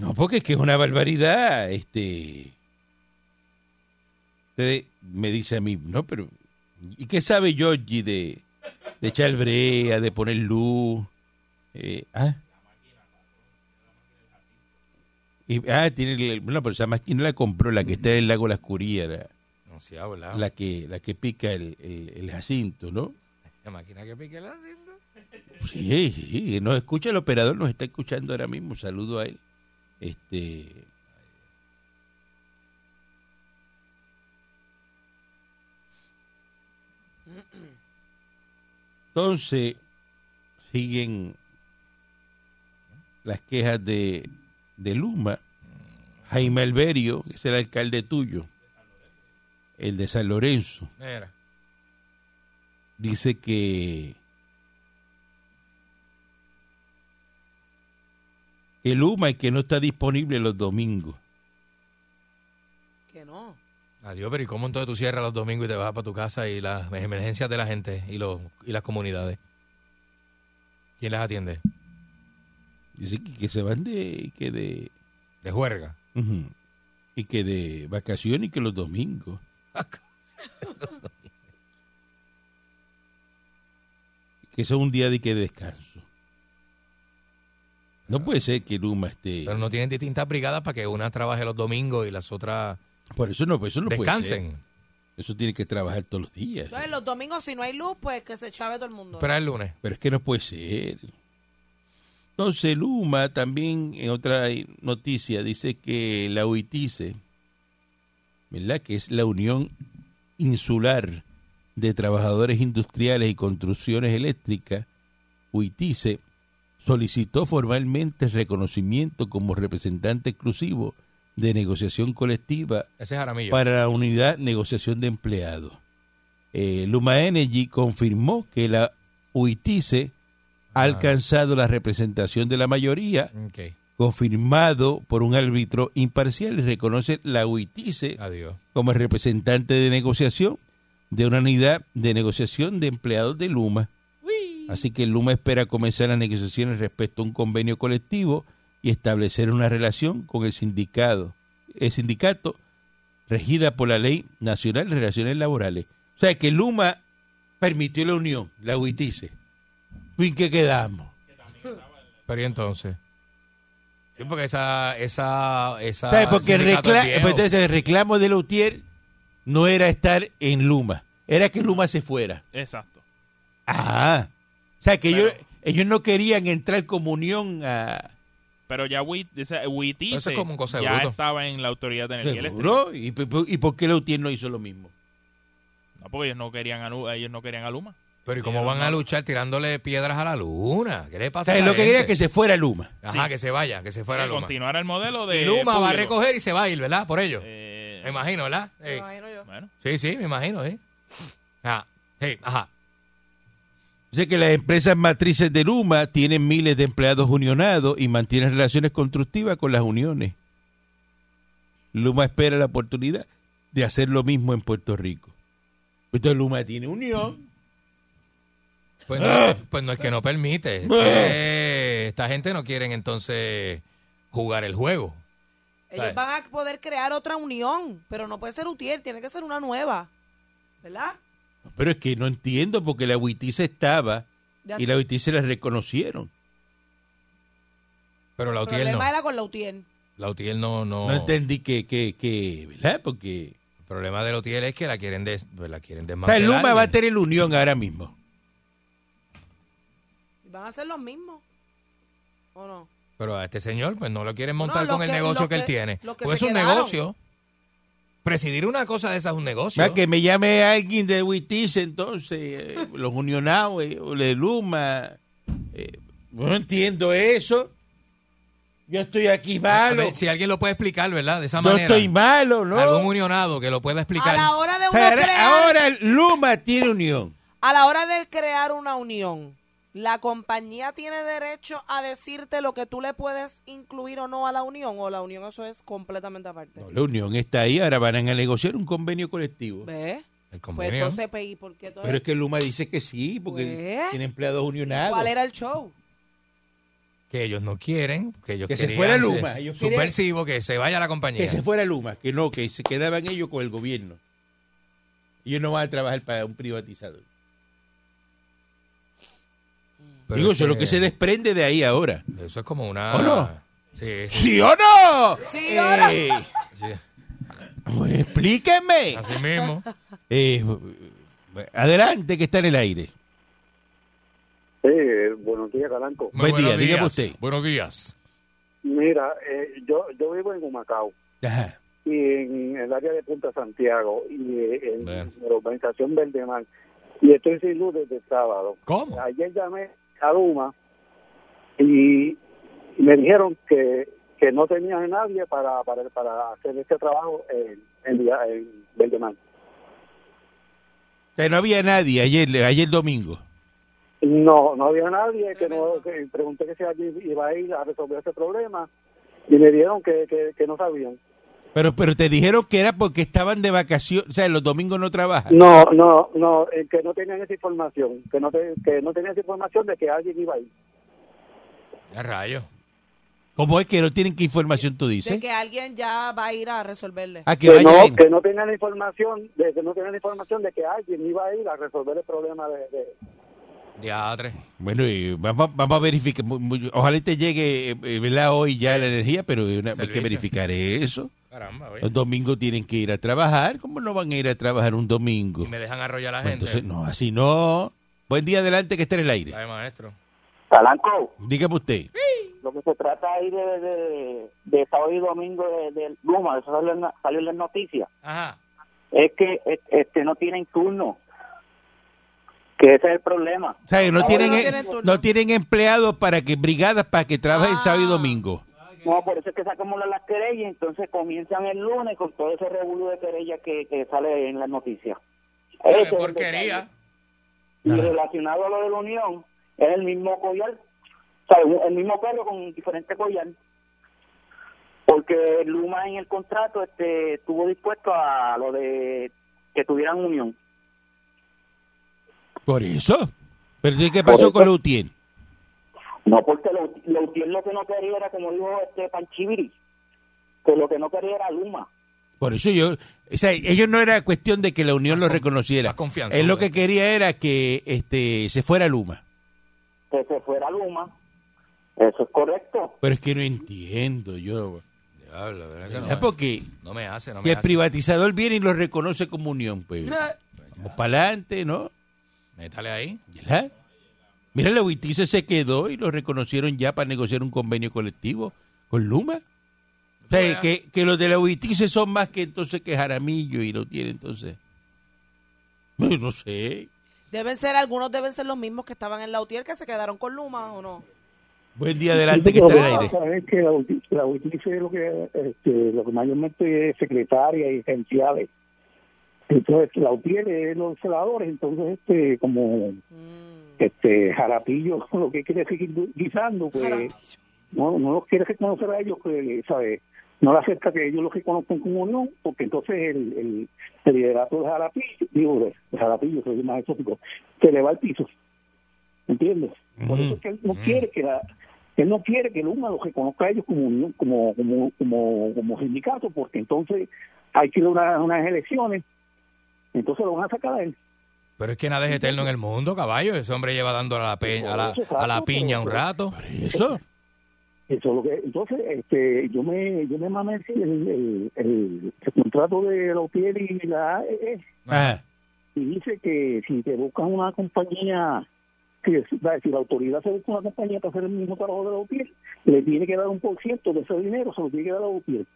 [SPEAKER 3] no, porque es que es una barbaridad, este. Usted me dice a mí, no, pero ¿y qué sabe Georgie de, de echar brea, de poner luz? Eh, ¿ah? Y- ah, tiene el- el- no, pero esa máquina la compró, la que está en el lago Las Curías, la,
[SPEAKER 4] No sé, ah, ¿verdad?
[SPEAKER 3] la que, la que pica el, el- el jacinto, ¿no?
[SPEAKER 4] La máquina que pique la cinta.
[SPEAKER 3] Sí, sí, nos escucha el operador, nos está escuchando ahora mismo, saludo a él. Este. Entonces, siguen las quejas de, de Luma. Jaime Alberio, que es el alcalde tuyo, el de San Lorenzo,
[SPEAKER 4] Mira.
[SPEAKER 3] dice que el UMA es que no está disponible los domingos.
[SPEAKER 5] Que no.
[SPEAKER 4] Adiós, pero ¿y cómo entonces tú cierras los domingos y te vas para tu casa y las emergencias de la gente y, los, y las comunidades? ¿Quién las atiende?
[SPEAKER 3] Dice que, que se van de que de
[SPEAKER 4] De juerga.
[SPEAKER 3] ujú, y que de vacaciones y que los domingos. que eso es un día de que de descanso. No puede ser que el UMA esté.
[SPEAKER 4] Pero no tienen distintas brigadas para que una trabaje los domingos y las otras
[SPEAKER 3] Por eso no, por eso no puede ser.
[SPEAKER 4] descansen.
[SPEAKER 3] Eso tiene que trabajar todos los días.
[SPEAKER 5] Entonces, los domingos, si no hay luz, pues que se chave todo el mundo.
[SPEAKER 4] Espera el lunes.
[SPEAKER 3] Pero es que no puede ser. Entonces Luma también en otra noticia dice que la UITICE, E, ¿verdad? Que es la Unión Insular de Trabajadores Industriales y Construcciones Eléctricas, UITICE, E, solicitó formalmente reconocimiento como representante exclusivo de negociación colectiva
[SPEAKER 4] Ese es Jaramillo.
[SPEAKER 3] para la unidad negociación de empleados. Eh, Luma Energy confirmó que la UITICE ha alcanzado la representación de la mayoría,
[SPEAKER 4] Ok.
[SPEAKER 3] confirmado por un árbitro imparcial y reconoce la UITICE
[SPEAKER 4] Adiós.
[SPEAKER 3] como representante de negociación de una unidad de negociación de empleados de Luma. Así que Luma espera comenzar las negociaciones respecto a un convenio colectivo y establecer una relación con el sindicado, el sindicato regida por la Ley Nacional de Relaciones Laborales. O sea que Luma permitió la unión, la UITICE. ¿En qué quedamos?
[SPEAKER 4] Pero ¿y entonces? Sí, porque esa... esa, esa
[SPEAKER 3] ¿Sabes? Porque el,
[SPEAKER 4] Ah, sindicato
[SPEAKER 3] recla-
[SPEAKER 4] es viejo.
[SPEAKER 3] pues entonces el reclamo de Lautier no era estar en Luma, era que Luma se fuera.
[SPEAKER 2] Exacto.
[SPEAKER 3] Ah, o sea que ellos,
[SPEAKER 2] Pero-
[SPEAKER 3] ellos no querían entrar como unión a...
[SPEAKER 2] Pero ya Wit- esa- Witice
[SPEAKER 4] Eso es como un cosa de
[SPEAKER 2] ya
[SPEAKER 4] bruto.
[SPEAKER 2] estaba en la autoridad de energía eléctrica.
[SPEAKER 3] Seguro, ¿Y, p- p- ¿Y por qué Lautier no hizo lo mismo?
[SPEAKER 2] No, porque ellos no querían a, Lu- ellos no querían a Luma.
[SPEAKER 4] Pero ¿y cómo van a luchar tirándole piedras a la luna? ¿Qué le
[SPEAKER 3] O
[SPEAKER 4] pasa
[SPEAKER 3] sea,
[SPEAKER 4] a esa
[SPEAKER 3] lo que quería
[SPEAKER 4] gente?
[SPEAKER 3] que se fuera Luma.
[SPEAKER 4] Ajá,
[SPEAKER 2] Sí.
[SPEAKER 4] que se vaya, que se fuera
[SPEAKER 2] Para
[SPEAKER 4] Luma.
[SPEAKER 2] continuar el modelo de
[SPEAKER 4] Y Luma va a
[SPEAKER 2] público.
[SPEAKER 4] recoger y se va a ir, ¿verdad? Por ello.
[SPEAKER 2] Eh,
[SPEAKER 4] me imagino, ¿verdad? Sí.
[SPEAKER 2] bueno,
[SPEAKER 4] Sí, sí, me imagino, sí. Ah, sí, ajá.
[SPEAKER 3] Dice que las empresas matrices de Luma tienen miles de empleados unionados y mantienen relaciones constructivas con las uniones. Luma espera la oportunidad de hacer lo mismo en Puerto Rico. Entonces Luma tiene unión.
[SPEAKER 4] Pues
[SPEAKER 3] Ah.
[SPEAKER 4] no, pues no es que no permite. es que esta gente no quieren entonces jugar el juego.
[SPEAKER 5] Ellos van a poder crear otra unión, pero no puede ser Utiel, tiene que ser una nueva. ¿Verdad?
[SPEAKER 3] Pero es que no entiendo porque la UITICE estaba
[SPEAKER 5] Ya-
[SPEAKER 3] y la UITICE la reconocieron.
[SPEAKER 4] Pero la
[SPEAKER 5] el
[SPEAKER 4] UTIEL no.
[SPEAKER 5] problema era con la Utiel.
[SPEAKER 4] La UTIEL no, no.
[SPEAKER 3] No entendí que, que, que, ¿verdad? Porque
[SPEAKER 4] El problema de la UTIEL es que la quieren, des, pues la quieren
[SPEAKER 3] o sea,
[SPEAKER 4] desmantelar.
[SPEAKER 3] Luma va a
[SPEAKER 4] y-
[SPEAKER 3] tener unión ahora mismo.
[SPEAKER 5] Van a ser los mismos. ¿O no?
[SPEAKER 4] Pero a este señor, pues no lo quieren montar
[SPEAKER 5] No, los
[SPEAKER 4] con el
[SPEAKER 5] que-
[SPEAKER 4] negocio
[SPEAKER 5] los
[SPEAKER 4] que, él
[SPEAKER 5] que-
[SPEAKER 4] tiene.
[SPEAKER 5] los que
[SPEAKER 4] Pues es
[SPEAKER 5] se
[SPEAKER 4] un
[SPEAKER 5] quedaron.
[SPEAKER 4] negocio. Presidir una cosa de esas es un negocio.
[SPEAKER 3] Mira, que me llame alguien de Huitice, entonces, eh, los unionados, eh, o de Luma. eh, no entiendo eso. Yo estoy aquí
[SPEAKER 4] A
[SPEAKER 3] malo.
[SPEAKER 4] ver, si alguien lo puede explicar, ¿verdad? De esa
[SPEAKER 3] Yo
[SPEAKER 4] manera.
[SPEAKER 3] estoy malo, ¿no?
[SPEAKER 4] Algún unionado que lo pueda explicar.
[SPEAKER 5] A la hora de
[SPEAKER 3] O
[SPEAKER 5] uno
[SPEAKER 3] sea,
[SPEAKER 5] crear,
[SPEAKER 3] ahora Luma tiene unión.
[SPEAKER 5] a la hora de crear una unión, la compañía tiene derecho a decirte lo que tú le puedes incluir o no a la unión, o la unión eso es completamente aparte.
[SPEAKER 3] No, la unión está ahí, ahora van a negociar un convenio colectivo.
[SPEAKER 5] ¿Ves?
[SPEAKER 4] El
[SPEAKER 5] Pues
[SPEAKER 4] convenio.
[SPEAKER 5] entonces, pues, ¿y por qué todo
[SPEAKER 3] Pero es que Luma dice que sí, porque
[SPEAKER 5] Pues.
[SPEAKER 3] tiene empleados unionados.
[SPEAKER 5] ¿Cuál era el show?
[SPEAKER 4] que ellos no quieren, que ellos
[SPEAKER 3] Que se
[SPEAKER 4] querían
[SPEAKER 3] fuera
[SPEAKER 4] ser
[SPEAKER 3] Luma, ellos querían-
[SPEAKER 4] subversivo, que se vaya la
[SPEAKER 3] Que
[SPEAKER 4] compañía.
[SPEAKER 3] se fuera Luma, que no, que se quedaban ellos con el gobierno. Ellos no van a trabajar para un privatizador.
[SPEAKER 4] Pero
[SPEAKER 3] Digo,
[SPEAKER 4] es
[SPEAKER 3] eso es lo que se desprende de ahí ahora.
[SPEAKER 4] Eso es como una.
[SPEAKER 3] ¿O no?
[SPEAKER 4] Sí, sí,
[SPEAKER 3] ¿Sí o no?
[SPEAKER 5] ¿Sí o no?
[SPEAKER 3] Eh,
[SPEAKER 4] sí.
[SPEAKER 3] pues explíqueme.
[SPEAKER 4] Así mismo.
[SPEAKER 3] Eh, adelante, que está en el aire.
[SPEAKER 7] Sí, eh, buenos días, Galanco.
[SPEAKER 4] Muy
[SPEAKER 3] Buen día,
[SPEAKER 4] buenos
[SPEAKER 3] dígame
[SPEAKER 4] días.
[SPEAKER 3] usted.
[SPEAKER 4] Buenos días.
[SPEAKER 7] Mira, eh, yo, yo vivo en Humacao
[SPEAKER 3] Ajá.
[SPEAKER 7] y en el área de Punta Santiago y eh, en
[SPEAKER 4] Bien.
[SPEAKER 7] la urbanización Verde Mar. Y estoy sin luz desde el sábado.
[SPEAKER 4] ¿Cómo?
[SPEAKER 7] Ayer llamé a Luma y me dijeron que, que no tenía a nadie para, para, para hacer este trabajo en, en, Villa- en Verde Mar.
[SPEAKER 3] O sea, no había nadie ayer, ayer domingo.
[SPEAKER 7] No, no había nadie que no que pregunté que si alguien iba a ir a resolver ese problema y me dijeron que, que, que no sabían.
[SPEAKER 3] Pero, pero te dijeron que era porque estaban de vacaciones. O sea, los domingos no trabajan.
[SPEAKER 7] No, no, no, eh, que no tenían esa información, que no, te- que no tenían esa información de que alguien iba ahí.
[SPEAKER 4] A rayo.
[SPEAKER 3] ¿Cómo es que no tienen qué información tú dices?
[SPEAKER 5] De que alguien ya va a ir a resolverle.
[SPEAKER 3] Ah, que
[SPEAKER 7] Que
[SPEAKER 3] vayan
[SPEAKER 7] no,
[SPEAKER 3] en-
[SPEAKER 7] que no tenían la información, de que no tenían la información de que alguien iba a ir a resolver el problema de, de-
[SPEAKER 4] Diadre.
[SPEAKER 3] Bueno, y vamos, vamos a verificar. Mu- mu- Ojalá y te llegue, eh, ¿verdad? Hoy ya la energía, pero una- hay que
[SPEAKER 4] Servicio.
[SPEAKER 3] verificar eso.
[SPEAKER 4] Caramba, oye.
[SPEAKER 3] Los domingos tienen que ir a trabajar. ¿Cómo no van a ir a trabajar un domingo?
[SPEAKER 4] Y me dejan arrollar a la
[SPEAKER 3] Pues
[SPEAKER 4] gente.
[SPEAKER 3] Entonces, no, así no. Buen día adelante que está en el aire.
[SPEAKER 4] Ay, maestro.
[SPEAKER 7] Calanco,
[SPEAKER 3] Dígame usted.
[SPEAKER 7] lo que se trata ahí de, de, de sábado y domingo de, de Luma, eso salió en, la- salió en las noticias,
[SPEAKER 4] Ajá.
[SPEAKER 7] es que es- este no tienen turno, que ese es el problema.
[SPEAKER 3] O sea, que no
[SPEAKER 7] Ahora
[SPEAKER 3] tienen,
[SPEAKER 5] no
[SPEAKER 3] eh,
[SPEAKER 5] tienen turno.
[SPEAKER 3] no tienen empleados para que, brigadas para que trabajen
[SPEAKER 5] Ah.
[SPEAKER 3] sábado y domingo.
[SPEAKER 7] No, por eso es que se acumulan las querellas, entonces comienzan el lunes con todo ese revuelo de querellas que, que sale en las noticias. Ese
[SPEAKER 4] Qué
[SPEAKER 7] es el
[SPEAKER 4] porquería.
[SPEAKER 7] detalle. Y relacionado a lo de la unión, es el mismo collar, o sea, un- el mismo perro con diferente collar. Porque Luma en el contrato este estuvo dispuesto a lo de que tuvieran unión.
[SPEAKER 3] Por eso. Pero ¿y ¿qué pasó
[SPEAKER 7] Por
[SPEAKER 3] con
[SPEAKER 7] eso.
[SPEAKER 3] Lutien?
[SPEAKER 7] No, porque lo, Leutier lo que no quería era, como dijo este Panchibiri, que lo que no quería era Luma.
[SPEAKER 3] Por eso yo, o sea, ellos no era cuestión de que la Unión lo reconociera.
[SPEAKER 4] más confianza,
[SPEAKER 3] Él lo
[SPEAKER 4] hombre.
[SPEAKER 3] que quería era que este se fuera Luma.
[SPEAKER 7] Que se fuera Luma. Eso es correcto.
[SPEAKER 3] Pero es que no entiendo yo.
[SPEAKER 4] Diablo, ¿verdad que no
[SPEAKER 3] ¿Verdad?
[SPEAKER 4] me-
[SPEAKER 3] Porque
[SPEAKER 4] no me hace, no
[SPEAKER 3] si
[SPEAKER 4] me
[SPEAKER 3] el
[SPEAKER 4] hace.
[SPEAKER 3] privatizador viene y lo reconoce como Unión, pues vamos para adelante, ¿no?
[SPEAKER 4] Métale ahí.
[SPEAKER 3] ¿Verdad? Mira, la UITICE se quedó y lo reconocieron ya para negociar un convenio colectivo con Luma. O sea, que, que los de la UITICE son más que entonces que Jaramillo y lo tiene entonces. Bueno, no sé.
[SPEAKER 5] Deben ser, algunos deben ser los mismos que estaban en la UTIER que se quedaron con Luma o no.
[SPEAKER 3] Buen día adelante que está en el aire.
[SPEAKER 7] Es que la, UTI- la UTIC es lo que, este, lo que mayormente es secretaria y gerenciales. Entonces, la UTIER es los celadores. Entonces, este, como este Jarapillo lo que quiere seguir guisando, pues no, no los quiere reconocer a ellos, que, ¿sabe? No le acepta que ellos los reconozcan como unión, porque entonces el, el, el liderato de Jarapillo, digo, de- de Jarapillo, soy más exótico, se le va al piso. ¿Entiendes? Por eso es que él no quiere que la. Él no quiere que Luma los reconozca a ellos como unión, como, como, como, como sindicato, porque entonces hay que ir a una- unas elecciones, entonces lo van a sacar a él.
[SPEAKER 4] Pero es que nada es eterno en el mundo, caballo. Ese hombre lleva dando a la, pe- a la, a la piña un rato.
[SPEAKER 3] Eso.
[SPEAKER 7] Eso es lo que, entonces, este, yo me, yo me mamé el, el, el- el contrato de la UTIER y la AEE,
[SPEAKER 3] Ajá.
[SPEAKER 7] y dice que si te buscas una compañía, que es- va, si la autoridad se busca una compañía para hacer el mismo trabajo de la UTIER, le tiene que dar un por ciento de ese dinero, se lo tiene que dar a la UTIER.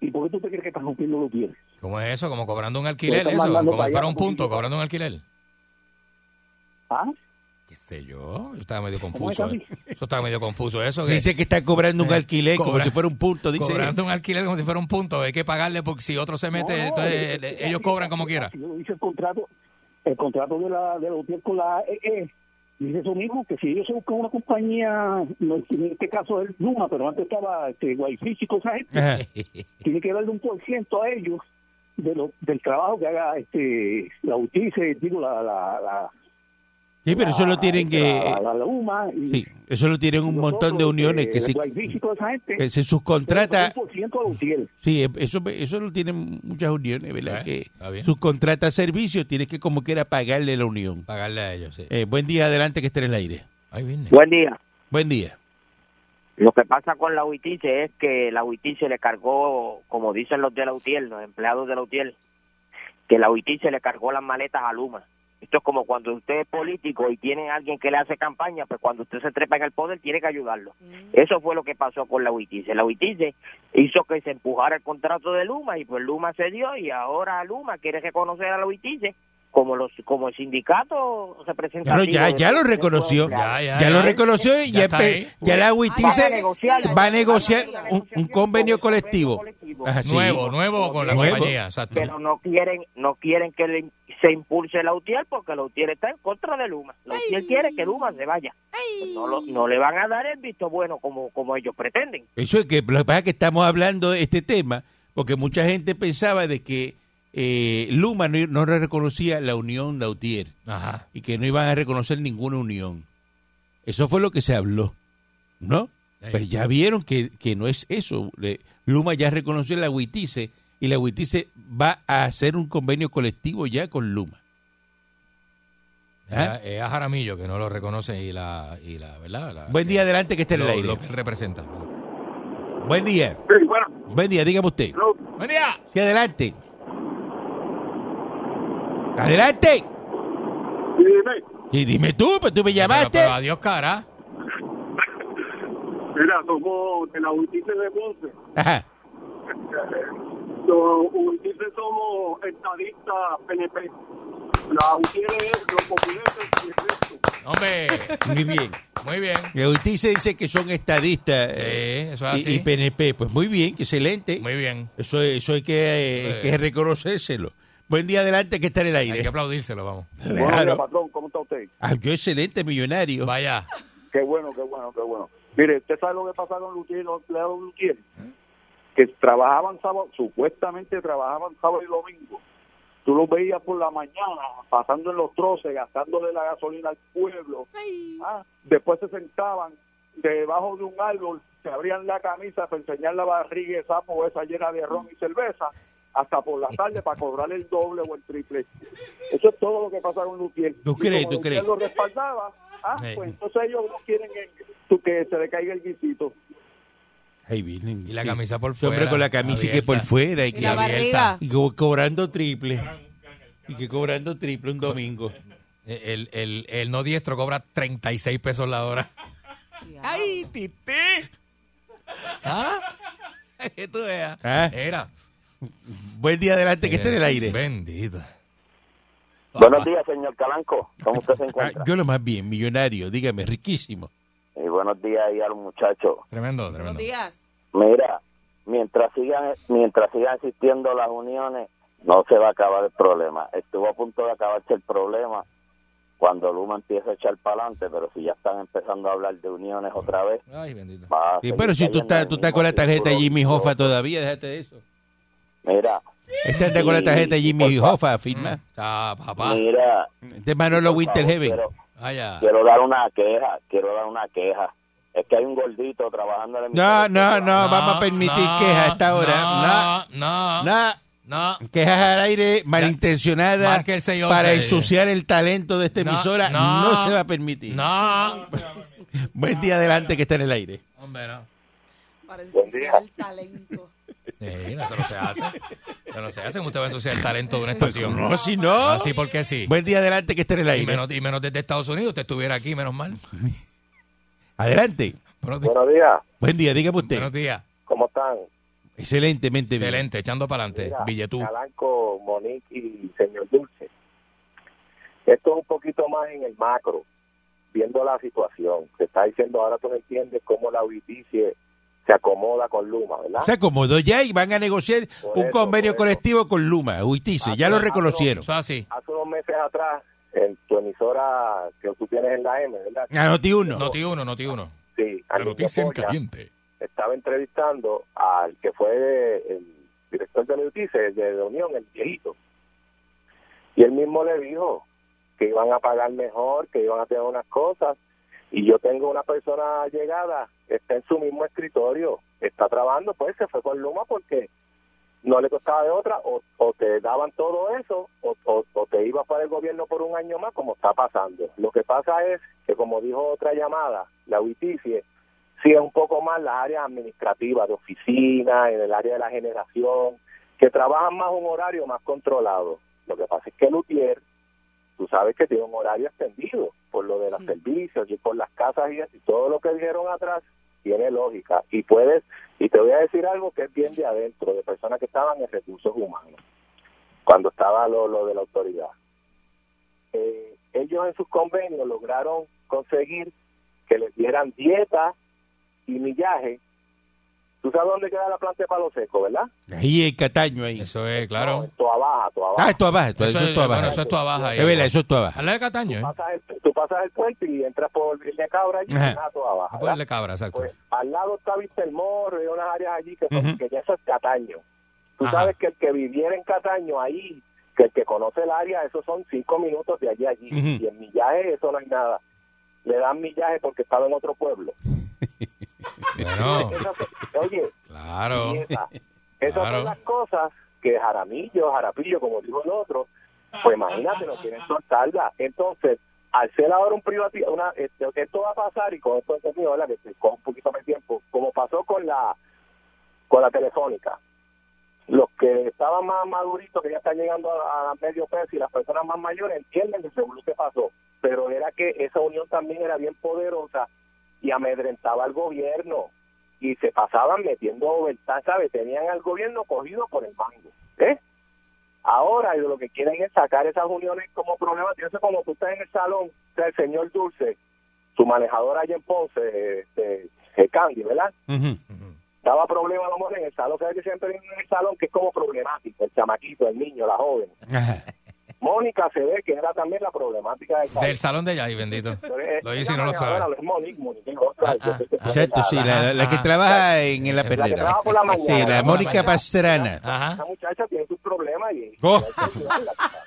[SPEAKER 7] ¿Y por qué tú te crees que estás rompiendo la UTIER?
[SPEAKER 4] ¿Cómo es eso? Como cobrando un alquiler,
[SPEAKER 7] Están
[SPEAKER 4] eso.
[SPEAKER 7] mandando
[SPEAKER 4] Como
[SPEAKER 7] para
[SPEAKER 4] si
[SPEAKER 7] allá,
[SPEAKER 4] fuera un
[SPEAKER 7] como
[SPEAKER 4] punto,
[SPEAKER 7] si-
[SPEAKER 4] cobrando un alquiler.
[SPEAKER 7] ¿Ah?
[SPEAKER 4] ¿Qué sé yo? Yo estaba medio
[SPEAKER 7] ¿Cómo es,
[SPEAKER 4] confuso.
[SPEAKER 7] Andy?
[SPEAKER 4] eh. Eso estaba medio confuso. Eso que
[SPEAKER 3] Dice que está cobrando un alquiler como
[SPEAKER 4] Eh, cobra-
[SPEAKER 3] si fuera un punto. Dice,
[SPEAKER 4] cobrando un alquiler como si fuera un punto. Hay que pagarle porque si otro se mete,
[SPEAKER 7] Oh, No, no,
[SPEAKER 4] entonces
[SPEAKER 7] es-
[SPEAKER 4] eh,
[SPEAKER 7] es-
[SPEAKER 4] ellos
[SPEAKER 7] es-
[SPEAKER 4] cobran como quiera.
[SPEAKER 7] así lo dice el contrato, el contrato de la, de la UTIER con la AEE. Dice eso mismo, que si ellos se buscan una compañía, no, en este caso es Luma, pero antes estaba este, Guayfish y cosas gente,
[SPEAKER 3] Ajá.
[SPEAKER 7] tiene que darle un por ciento a ellos de lo, del trabajo que haga este, la UTICE, digo, la, la, la,
[SPEAKER 3] Sí, pero eso lo
[SPEAKER 7] la-
[SPEAKER 3] tienen que...
[SPEAKER 7] la, la- la Luma. Y
[SPEAKER 3] Sí, eso lo tienen un montón de uniones que se,
[SPEAKER 7] Guayfish y toda esa gente.
[SPEAKER 3] que se subcontrata.
[SPEAKER 7] Un por ciento a la UTIER.
[SPEAKER 3] Sí, eh, eso, eso lo tienen muchas uniones, ¿verdad?
[SPEAKER 4] Ah,
[SPEAKER 3] Que
[SPEAKER 4] está bien.
[SPEAKER 3] subcontrata servicios, tienes que como quiera pagarle la unión.
[SPEAKER 4] Pagarle a ellos, sí.
[SPEAKER 3] Eh, buen día, adelante que esté en el aire.
[SPEAKER 4] Ay, vine.
[SPEAKER 8] Buen día.
[SPEAKER 3] Buen día.
[SPEAKER 8] Lo que pasa con la UITICE es que la UITICE le cargó, como dicen los de la UTIEL, los empleados de la UTIEL, que la UITICE le cargó las maletas a Luma. Esto es como cuando usted es político y tiene a alguien que le hace campaña, pues cuando usted se trepa en el poder tiene que ayudarlo. Eso fue lo que pasó con la UITICE. La UITICE hizo que se empujara el contrato de Luma y pues Luma se dio y ahora Luma quiere reconocer a la UITICE como los como el sindicato
[SPEAKER 3] Claro,
[SPEAKER 8] representativo.
[SPEAKER 3] ya,
[SPEAKER 8] de-
[SPEAKER 3] ya lo
[SPEAKER 8] de-
[SPEAKER 3] reconoció.
[SPEAKER 4] Ya,
[SPEAKER 3] Ya,
[SPEAKER 4] ya,
[SPEAKER 3] lo
[SPEAKER 4] ya.
[SPEAKER 3] reconoció y
[SPEAKER 4] Ya
[SPEAKER 3] ya,
[SPEAKER 4] está
[SPEAKER 3] pe-
[SPEAKER 4] ahí.
[SPEAKER 3] ya la
[SPEAKER 8] Van a
[SPEAKER 3] UITICE
[SPEAKER 8] negociar.
[SPEAKER 3] va a negociar
[SPEAKER 8] Van a
[SPEAKER 3] un, un convenio
[SPEAKER 8] con un
[SPEAKER 3] colectivo.
[SPEAKER 8] colectivo.
[SPEAKER 3] Ajá, sí.
[SPEAKER 4] Nuevo, nuevo con la
[SPEAKER 3] Nuevo.
[SPEAKER 4] compañía, exacto.
[SPEAKER 8] pero no quieren no quieren que le- se impulse la UTIER porque la UTIER está en contra de Luma. La UTIER quiere que Luma se vaya. Pues No, lo- no le van a dar el visto bueno como, como ellos pretenden.
[SPEAKER 3] Eso es que lo que pasa es que estamos hablando de este tema porque mucha gente pensaba de que eh, Luma no, no reconocía la unión de Utier
[SPEAKER 4] Ajá.
[SPEAKER 3] y que no iban a reconocer ninguna unión. Eso fue lo que se habló, ¿no?
[SPEAKER 4] Sí.
[SPEAKER 3] Pues ya vieron que, que no es eso. Le- Luma ya reconoció la Huitice y la Huitice va a hacer un convenio colectivo ya con Luma. ¿Ah?
[SPEAKER 4] Es eh, a- Es a Jaramillo que no lo reconoce y la, y la ¿verdad? La-
[SPEAKER 3] Buen día,
[SPEAKER 4] que-
[SPEAKER 3] adelante que esté en el
[SPEAKER 4] Ah, lo-
[SPEAKER 3] aire.
[SPEAKER 4] Lo que él representa.
[SPEAKER 3] Buen día,
[SPEAKER 7] Sí, bueno,
[SPEAKER 3] buen día, dígame usted.
[SPEAKER 4] Buen día.
[SPEAKER 3] Sí, adelante. Adelante.
[SPEAKER 7] dime,
[SPEAKER 3] Y dime tú, pues tú me
[SPEAKER 4] Pero,
[SPEAKER 3] llamaste.
[SPEAKER 4] pero adiós, cara.
[SPEAKER 7] mira, somos de la UTICE de Ponce.
[SPEAKER 3] Ajá.
[SPEAKER 7] Los UTICE somos estadistas PNP. La UTIER es los populistas y el resto.
[SPEAKER 4] Hombre,
[SPEAKER 3] Muy bien.
[SPEAKER 4] muy bien.
[SPEAKER 3] Y usted se dice que son estadistas
[SPEAKER 4] Ah, Sí,
[SPEAKER 3] eh,
[SPEAKER 4] eso es
[SPEAKER 3] y, y
[SPEAKER 4] así.
[SPEAKER 3] PNP. Pues muy bien, excelente.
[SPEAKER 4] Muy bien.
[SPEAKER 3] Eso, eso hay que, eh, hay
[SPEAKER 4] Eh.
[SPEAKER 3] que reconocérselo. Buen día adelante que está en el
[SPEAKER 4] Hay
[SPEAKER 3] aire.
[SPEAKER 4] que aplaudírselo, vamos.
[SPEAKER 7] Buenos días,
[SPEAKER 3] Claro.
[SPEAKER 7] patrón, ¿cómo está usted?
[SPEAKER 3] Ah, yo excelente millonario.
[SPEAKER 4] Vaya.
[SPEAKER 7] Qué bueno, qué bueno, qué bueno. Mire, ¿usted sabe lo que pasa con Lutier, los empleados de Lutier? Que trabajaban sábado, supuestamente trabajaban sábado y domingo. tú los veías por la mañana pasando en los troces, gastándole la gasolina al pueblo. Ah, Después se sentaban debajo de un árbol, se abrían la camisa para enseñar la barriga de sapo esa llena de ron y cerveza, hasta por la tarde para cobrar el doble o el triple. Eso es todo lo que pasa con Lutier.
[SPEAKER 3] ¿Tú crees,
[SPEAKER 7] Y como
[SPEAKER 3] tú crees?
[SPEAKER 7] Lutier lo respaldaba, ah,
[SPEAKER 4] Sí.
[SPEAKER 7] pues entonces ellos no quieren que, que se le caiga el guisito.
[SPEAKER 3] Ay, Virgen,
[SPEAKER 4] Y la
[SPEAKER 3] sí.
[SPEAKER 4] camisa por
[SPEAKER 3] Ese Hombre
[SPEAKER 4] fuera,
[SPEAKER 3] con la camisa y que por
[SPEAKER 4] abierta.
[SPEAKER 3] fuera y
[SPEAKER 5] Y
[SPEAKER 3] que
[SPEAKER 5] la
[SPEAKER 4] abierta.
[SPEAKER 5] barriga.
[SPEAKER 3] y co- cobrando triple. Y que cobrando triple un domingo.
[SPEAKER 4] Eh, El, el- el no diestro cobra 36 pesos la hora.
[SPEAKER 5] Ay,
[SPEAKER 4] ¿Ah? Que tú veas.
[SPEAKER 3] Ah.
[SPEAKER 4] Era. Eh,
[SPEAKER 3] Buen día adelante que esté en el aire.
[SPEAKER 4] Bendito.
[SPEAKER 8] Buenos días, señor Calanco. ¿Cómo usted se
[SPEAKER 3] Ah,
[SPEAKER 8] encuentra?
[SPEAKER 3] yo lo más bien, millonario, dígame, riquísimo.
[SPEAKER 8] Y buenos días ahí al muchacho.
[SPEAKER 4] Tremendo,
[SPEAKER 5] buenos
[SPEAKER 4] tremendo.
[SPEAKER 5] días.
[SPEAKER 8] Mira, mientras sigan, mientras sigan existiendo las uniones, no se va a acabar el problema. Estuvo a punto de acabarse el problema cuando Luma empieza a echar para adelante, pero si ya están empezando a hablar de uniones otra vez,
[SPEAKER 4] Ay, bendito.
[SPEAKER 8] va a
[SPEAKER 3] Y
[SPEAKER 8] seguir
[SPEAKER 3] Eh, pero si tú
[SPEAKER 8] cayendo en
[SPEAKER 3] estás,
[SPEAKER 8] el
[SPEAKER 3] tú estás
[SPEAKER 8] mismo
[SPEAKER 3] con la tarjeta
[SPEAKER 8] círculo
[SPEAKER 3] Jimmy
[SPEAKER 8] vicioso.
[SPEAKER 3] Hoffa todavía, déjate de eso.
[SPEAKER 8] Mira,
[SPEAKER 3] Estás con la tarjeta
[SPEAKER 8] Sí,
[SPEAKER 3] Jimmy
[SPEAKER 8] por fa-
[SPEAKER 3] Hoffa, firma.
[SPEAKER 4] Ah, papá.
[SPEAKER 8] mira,
[SPEAKER 3] De Manolo
[SPEAKER 8] por favor,
[SPEAKER 3] Winterheaven.
[SPEAKER 8] quiero-
[SPEAKER 4] Allá.
[SPEAKER 8] quiero dar una queja, quiero dar una queja. Es que hay un gordito trabajando en el
[SPEAKER 3] No, no, no, vamos a permitir
[SPEAKER 4] no,
[SPEAKER 3] quejas hasta ahora.
[SPEAKER 4] No,
[SPEAKER 3] No,
[SPEAKER 4] no,
[SPEAKER 3] no.
[SPEAKER 4] no.
[SPEAKER 3] Quejas al aire malintencionadas
[SPEAKER 4] Marca el 611.
[SPEAKER 3] para ensuciar el talento de esta
[SPEAKER 4] No,
[SPEAKER 3] emisora
[SPEAKER 4] no.
[SPEAKER 3] no, se va a permitir.
[SPEAKER 4] No.
[SPEAKER 3] Buen día adelante que está en el aire.
[SPEAKER 4] Hombre, no.
[SPEAKER 5] Para
[SPEAKER 7] Buen día.
[SPEAKER 5] ensuciar el talento.
[SPEAKER 4] Sí, no, eso no se hace. Eso no se hace. Usted va a ensuciar el talento de una estación.
[SPEAKER 3] No, si no.
[SPEAKER 4] Así porque sí.
[SPEAKER 3] Buen día adelante que está en el
[SPEAKER 4] Y
[SPEAKER 3] aire.
[SPEAKER 4] menos, y menos desde Estados Unidos. Usted estuviera aquí, menos mal.
[SPEAKER 3] Adelante.
[SPEAKER 4] Buenos días.
[SPEAKER 7] Buenos días,
[SPEAKER 3] Buen día, dígame usted.
[SPEAKER 4] Buenos días.
[SPEAKER 7] ¿cómo están?
[SPEAKER 3] Excelentemente bien.
[SPEAKER 4] Excelente. Echando para adelante.
[SPEAKER 7] Mira,
[SPEAKER 4] Billetú.
[SPEAKER 7] Calanco, Monique y señor Dulce. Esto es un poquito más en el macro, viendo la situación. Se está diciendo, ahora tú entiendes cómo la UITICE se acomoda con Luma, ¿verdad?
[SPEAKER 3] Se acomodó ya y van a negociar
[SPEAKER 7] Por
[SPEAKER 3] un
[SPEAKER 7] eso,
[SPEAKER 3] convenio
[SPEAKER 7] por eso.
[SPEAKER 3] colectivo con Luma, Uitice. Ya lo
[SPEAKER 7] Ah,
[SPEAKER 3] reconocieron.
[SPEAKER 4] Eso es así.
[SPEAKER 7] Hace unos meses atrás, en tu emisora que tú tienes en la M, ¿verdad?
[SPEAKER 3] Anoté Ah, uno.
[SPEAKER 4] Noti uno, noti uno.
[SPEAKER 7] Sí,
[SPEAKER 4] La
[SPEAKER 7] Alicia
[SPEAKER 4] noticia en
[SPEAKER 7] Polla
[SPEAKER 4] caliente.
[SPEAKER 7] estaba entrevistando al que fue el director de la UITICE, el de la Unión, el viejito. Y él mismo le dijo que iban a pagar mejor, que iban a tener unas cosas. Y yo tengo una persona llegada, está en su mismo escritorio, está trabajando, pues se fue con Luma porque no le costaba de otra, o, o te daban todo eso, o, o- o te ibas para el gobierno por un año más, como está pasando. Lo que pasa es que, como dijo otra llamada, la UITICIE sí es un poco más las áreas administrativas, de oficina, en el área de la generación, que trabajan más un horario más controlado. Lo que pasa es que Lutier, tú sabes que tiene un horario extendido por lo de los servicios y por las casas y, eso, y todo lo que dijeron atrás tiene lógica y puedes y te voy a decir algo que es bien de adentro de personas que estaban en recursos humanos cuando estaba lo, lo de la autoridad Eh, ellos en sus convenios lograron conseguir que les dieran dieta y millaje tú sabes dónde queda la planta de palo seco verdad
[SPEAKER 3] Ahí el Cataño ahí.
[SPEAKER 4] Eso es,
[SPEAKER 7] No,
[SPEAKER 4] claro.
[SPEAKER 7] en Toa Baja, Toa Baja.
[SPEAKER 3] Ah, esto abajo, esto-
[SPEAKER 4] Eso
[SPEAKER 3] eso
[SPEAKER 4] es,
[SPEAKER 3] es todo
[SPEAKER 4] bueno,
[SPEAKER 3] abajo.
[SPEAKER 4] eso es toda baja. ahí.
[SPEAKER 3] Es verdad, eso es todo abajo.
[SPEAKER 4] Al lado de Cataño, ¿eh?
[SPEAKER 7] Pasas el- tú pasas el puente y entras por Isla de Cabra y
[SPEAKER 3] Ajá. Ah,
[SPEAKER 7] llegas a Toa Baja
[SPEAKER 4] A
[SPEAKER 7] ¿verdad?
[SPEAKER 4] ponerle cabra, exacto.
[SPEAKER 7] Pues, al lado está Vistelmorro y unas áreas allí que, son,
[SPEAKER 3] Ujú.
[SPEAKER 7] que ya eso es Cataño. Tú
[SPEAKER 4] Ajá.
[SPEAKER 7] sabes que el que viviera en Cataño ahí, que el que conoce el área, esos son cinco minutos de allí a allí.
[SPEAKER 3] Ujú.
[SPEAKER 7] Y en millaje eso no hay nada. Le dan millaje porque estaba en otro pueblo.
[SPEAKER 4] Bueno,
[SPEAKER 7] Esas- oye,
[SPEAKER 4] claro.
[SPEAKER 7] y esa- esas
[SPEAKER 4] Claro.
[SPEAKER 7] son las cosas que Jaramillo, Jarapillo, como dijo el otro, pues imagínate, no quieren soltarla. Entonces, al ser ahora un privativo, una, este, esto va a pasar y con esto he tenido, ¿verdad? que estoy con un poquito más de tiempo, como pasó con la con la telefónica. Los que estaban más maduritos, que ya están llegando a, a medio peso, y las personas más mayores entienden que seguro que pasó, pero era que esa unión también era bien poderosa y amedrentaba al gobierno y se pasaban metiendo overtime, ¿sabes? Tenían al gobierno cogido por el mango, ¿eh? Ahora ellos lo que quieren es sacar esas uniones como problema. Piensa como tú estás en el salón, está el señor Dulce, su manejador allá en Ponce, este, el Candy, ¿verdad?
[SPEAKER 3] Ujú.
[SPEAKER 7] Daba problema a lo mejor en el salón, ¿sabes que siempre hay uno en el salón que es como problemático? El chamaquito, el niño, la joven.
[SPEAKER 3] Ajá.
[SPEAKER 7] Mónica se ve que era también la problemática del salón.
[SPEAKER 4] Del salón de allá, ay, bendito.
[SPEAKER 7] Pero es eh,
[SPEAKER 4] Lo dice
[SPEAKER 7] es
[SPEAKER 4] y no lo sabe.
[SPEAKER 7] manejadora, Es Monique, Monique tiene otra,
[SPEAKER 4] Ah,
[SPEAKER 7] yo sé que-
[SPEAKER 3] Exacto, sí, la, la que
[SPEAKER 4] Ajá.
[SPEAKER 3] trabaja en, en la
[SPEAKER 4] La que
[SPEAKER 7] La que
[SPEAKER 3] perrera.
[SPEAKER 7] trabaja por la mañana.
[SPEAKER 3] Sí, la
[SPEAKER 7] por
[SPEAKER 3] Mónica
[SPEAKER 7] mañana.
[SPEAKER 3] Pastrana.
[SPEAKER 4] Ajá.
[SPEAKER 7] Esa muchacha tiene sus problemas y...
[SPEAKER 3] Oh,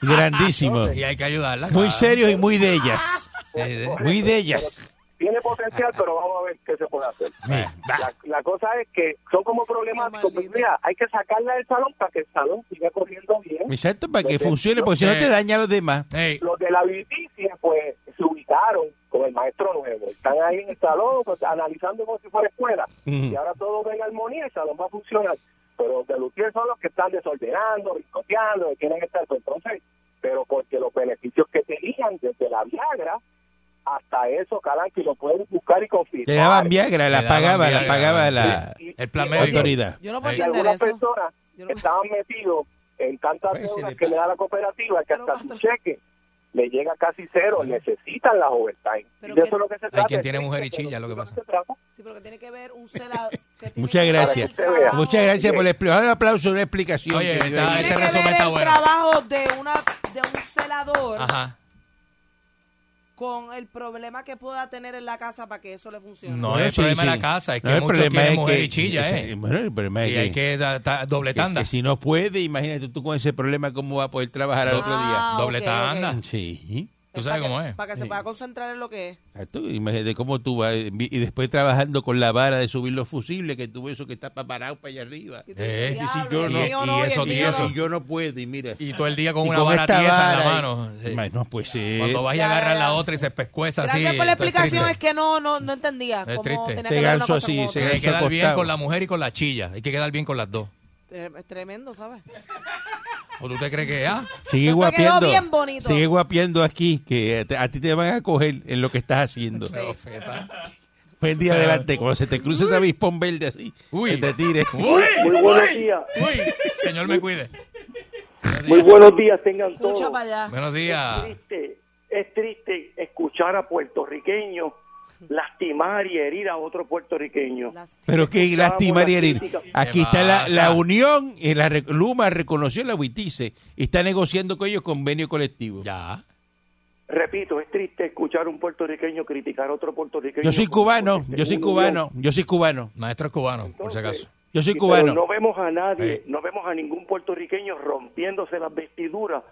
[SPEAKER 3] grandísimo.
[SPEAKER 4] Y hay que ayudarla.
[SPEAKER 3] Muy
[SPEAKER 4] claro.
[SPEAKER 3] serios y muy de ellas.
[SPEAKER 4] Sí, sí.
[SPEAKER 3] Muy de ellas.
[SPEAKER 7] Tiene potencial, pero vamos a ver qué se puede hacer. La, la cosa es que son como problemáticos. Pues mira, hay que sacarla del salón para que el salón siga corriendo bien.
[SPEAKER 3] Exacto, para que funcione, porque si no te daña a los demás.
[SPEAKER 4] Ey,
[SPEAKER 7] Los de la viticia, pues, se ubicaron con el maestro nuevo. Están ahí en el salón, pues, analizando como si fuera escuela. Y ahora todo va en armonía, el salón va a funcionar. Pero los de Lutier son los que están desordenando, riscoteando, que tienen que estar. Pues, entonces, pero porque los beneficios que tenían desde la Viagra hasta eso, Calanqui, lo pueden buscar y confirmar.
[SPEAKER 3] Te daban Viagra,
[SPEAKER 4] Le
[SPEAKER 3] la
[SPEAKER 4] daban
[SPEAKER 3] pagaba, la
[SPEAKER 4] Viagra.
[SPEAKER 3] pagaba la
[SPEAKER 7] Y-
[SPEAKER 4] El plan
[SPEAKER 7] y-
[SPEAKER 4] médico.
[SPEAKER 3] autoridad.
[SPEAKER 5] Yo no puedo
[SPEAKER 7] y
[SPEAKER 4] Ey.
[SPEAKER 5] entender
[SPEAKER 7] algunas
[SPEAKER 5] eso.
[SPEAKER 7] personas
[SPEAKER 5] Eh, Yo no-
[SPEAKER 7] estaban metidos en tantas
[SPEAKER 3] Pues, se
[SPEAKER 7] deudas
[SPEAKER 3] le
[SPEAKER 7] que
[SPEAKER 3] pa-
[SPEAKER 7] le da la cooperativa que
[SPEAKER 5] Pero
[SPEAKER 7] hasta
[SPEAKER 5] basta.
[SPEAKER 7] su cheque le llega casi cero, necesitan la overtime.
[SPEAKER 5] Pero
[SPEAKER 7] Y de
[SPEAKER 5] que-
[SPEAKER 7] eso es lo que se este
[SPEAKER 4] Hay
[SPEAKER 7] trata.
[SPEAKER 4] quien tiene mujer y
[SPEAKER 7] Eso es
[SPEAKER 4] chilla, lo que pasa.
[SPEAKER 7] se trata.
[SPEAKER 5] Sí, pero que tiene que ver un celador. que tiene
[SPEAKER 3] Muchas
[SPEAKER 5] que ver
[SPEAKER 3] gracias.
[SPEAKER 5] el trabajo-
[SPEAKER 3] Muchas gracias por la explicación. Un aplauso, una explicación.
[SPEAKER 4] Oye,
[SPEAKER 3] que dio
[SPEAKER 4] está-
[SPEAKER 3] ahí.
[SPEAKER 5] Tiene
[SPEAKER 4] Este
[SPEAKER 5] que
[SPEAKER 4] resumen
[SPEAKER 5] ver
[SPEAKER 4] está
[SPEAKER 5] el
[SPEAKER 4] bueno.
[SPEAKER 5] trabajo de, una, de un celador
[SPEAKER 4] Ajá.
[SPEAKER 5] con el problema que pueda tener en la casa para que eso le funcione.
[SPEAKER 4] No
[SPEAKER 3] Bueno,
[SPEAKER 4] es
[SPEAKER 3] sí,
[SPEAKER 4] problema de
[SPEAKER 3] sí.
[SPEAKER 4] la casa, es que
[SPEAKER 3] No, el
[SPEAKER 4] muchos
[SPEAKER 3] problema
[SPEAKER 4] tienen
[SPEAKER 3] es
[SPEAKER 4] mujer
[SPEAKER 3] que-
[SPEAKER 4] y chilla,
[SPEAKER 3] sí,
[SPEAKER 4] ¿eh.
[SPEAKER 3] Bueno, el problema es
[SPEAKER 4] Y
[SPEAKER 3] que,
[SPEAKER 4] hay que dar ta- doble
[SPEAKER 3] que-
[SPEAKER 4] tanda.
[SPEAKER 3] que si no puede, imagínate tú con ese problema, ¿cómo va a poder trabajar al otro día?
[SPEAKER 5] Ah,
[SPEAKER 4] doble
[SPEAKER 5] ok,
[SPEAKER 4] tanda.
[SPEAKER 5] ok.
[SPEAKER 3] Sí.
[SPEAKER 4] Tú sabes
[SPEAKER 5] para
[SPEAKER 4] cómo
[SPEAKER 5] que,
[SPEAKER 4] es.
[SPEAKER 5] Para que se pueda concentrar en lo que es.
[SPEAKER 3] Exacto, Imagínate cómo tú vas eh, y después trabajando con la vara de subir los fusibles, que tú ves eso que está pa- parado para allá arriba.
[SPEAKER 5] Y
[SPEAKER 3] Y
[SPEAKER 5] tú dices,
[SPEAKER 4] Eh,
[SPEAKER 3] y si
[SPEAKER 5] "Diablo,
[SPEAKER 3] yo
[SPEAKER 5] el
[SPEAKER 3] no-
[SPEAKER 5] mío
[SPEAKER 4] y
[SPEAKER 5] no, el
[SPEAKER 4] eso
[SPEAKER 5] mío
[SPEAKER 4] y eso.
[SPEAKER 5] no".
[SPEAKER 3] yo no puedo, y mira.
[SPEAKER 4] Y todo el día con
[SPEAKER 3] Y
[SPEAKER 4] una
[SPEAKER 3] con
[SPEAKER 4] vara
[SPEAKER 3] esta
[SPEAKER 4] tiesa en la
[SPEAKER 3] vara,
[SPEAKER 4] mano.
[SPEAKER 3] y-
[SPEAKER 4] Sí.
[SPEAKER 3] Ma- No puede ser.
[SPEAKER 4] Cuando vas y
[SPEAKER 5] Ya,
[SPEAKER 4] agarras
[SPEAKER 5] ya.
[SPEAKER 4] la otra y se pescueza así.
[SPEAKER 5] Gracias por la
[SPEAKER 4] esto es
[SPEAKER 5] explicación, es
[SPEAKER 4] triste.
[SPEAKER 5] que no, no, no entendía.
[SPEAKER 4] Es
[SPEAKER 5] cómo
[SPEAKER 4] triste.
[SPEAKER 5] tenía
[SPEAKER 3] Te
[SPEAKER 5] que ver una
[SPEAKER 3] ganso
[SPEAKER 5] cosa
[SPEAKER 3] así,
[SPEAKER 5] con
[SPEAKER 3] se
[SPEAKER 5] otra.
[SPEAKER 4] Hay que quedar bien
[SPEAKER 3] acostado.
[SPEAKER 4] con la mujer y con la chilla. Hay que quedar bien con las dos.
[SPEAKER 5] Es tremendo, ¿sabes?
[SPEAKER 4] ¿O tú te crees que ah?
[SPEAKER 3] Sigue
[SPEAKER 5] Esto quedó
[SPEAKER 3] guapiando.
[SPEAKER 5] bien bonito.
[SPEAKER 3] Sigue guapiando aquí, que te- a ti te van a coger en lo que estás haciendo.
[SPEAKER 4] Profeta.
[SPEAKER 3] Buen día adelante, cuando se te cruce esa bispón verde así,
[SPEAKER 4] Uy.
[SPEAKER 3] que te tire.
[SPEAKER 4] Uy,
[SPEAKER 7] Muy buenos días.
[SPEAKER 4] uy, señor me cuide.
[SPEAKER 7] Muy buenos días tengan
[SPEAKER 5] Escucha
[SPEAKER 7] todos.
[SPEAKER 5] para allá.
[SPEAKER 4] Buenos
[SPEAKER 7] Es
[SPEAKER 4] días.
[SPEAKER 7] triste, es triste escuchar a puertorriqueños lastimar y herir a otro puertorriqueño.
[SPEAKER 5] Las-
[SPEAKER 3] Pero qué
[SPEAKER 7] la
[SPEAKER 3] lástima, Ariel.
[SPEAKER 7] crítica.
[SPEAKER 3] Aquí
[SPEAKER 4] ¿Qué
[SPEAKER 3] está la,
[SPEAKER 4] pasa?
[SPEAKER 3] la unión, y la, rec- Luma reconoció la Huitice y está negociando con ellos convenio colectivo.
[SPEAKER 4] Ya.
[SPEAKER 7] Repito, es triste escuchar a un puertorriqueño criticar a otro puertorriqueño.
[SPEAKER 3] Yo soy cubano, yo soy
[SPEAKER 7] Uno,
[SPEAKER 3] cubano, yo soy cubano,
[SPEAKER 4] Maestro es cubano, por si acaso.
[SPEAKER 3] yo soy
[SPEAKER 7] Sí,
[SPEAKER 3] cubano.
[SPEAKER 7] Pero no vemos a nadie,
[SPEAKER 4] Sí.
[SPEAKER 7] no vemos a ningún puertorriqueño rompiéndose las vestiduras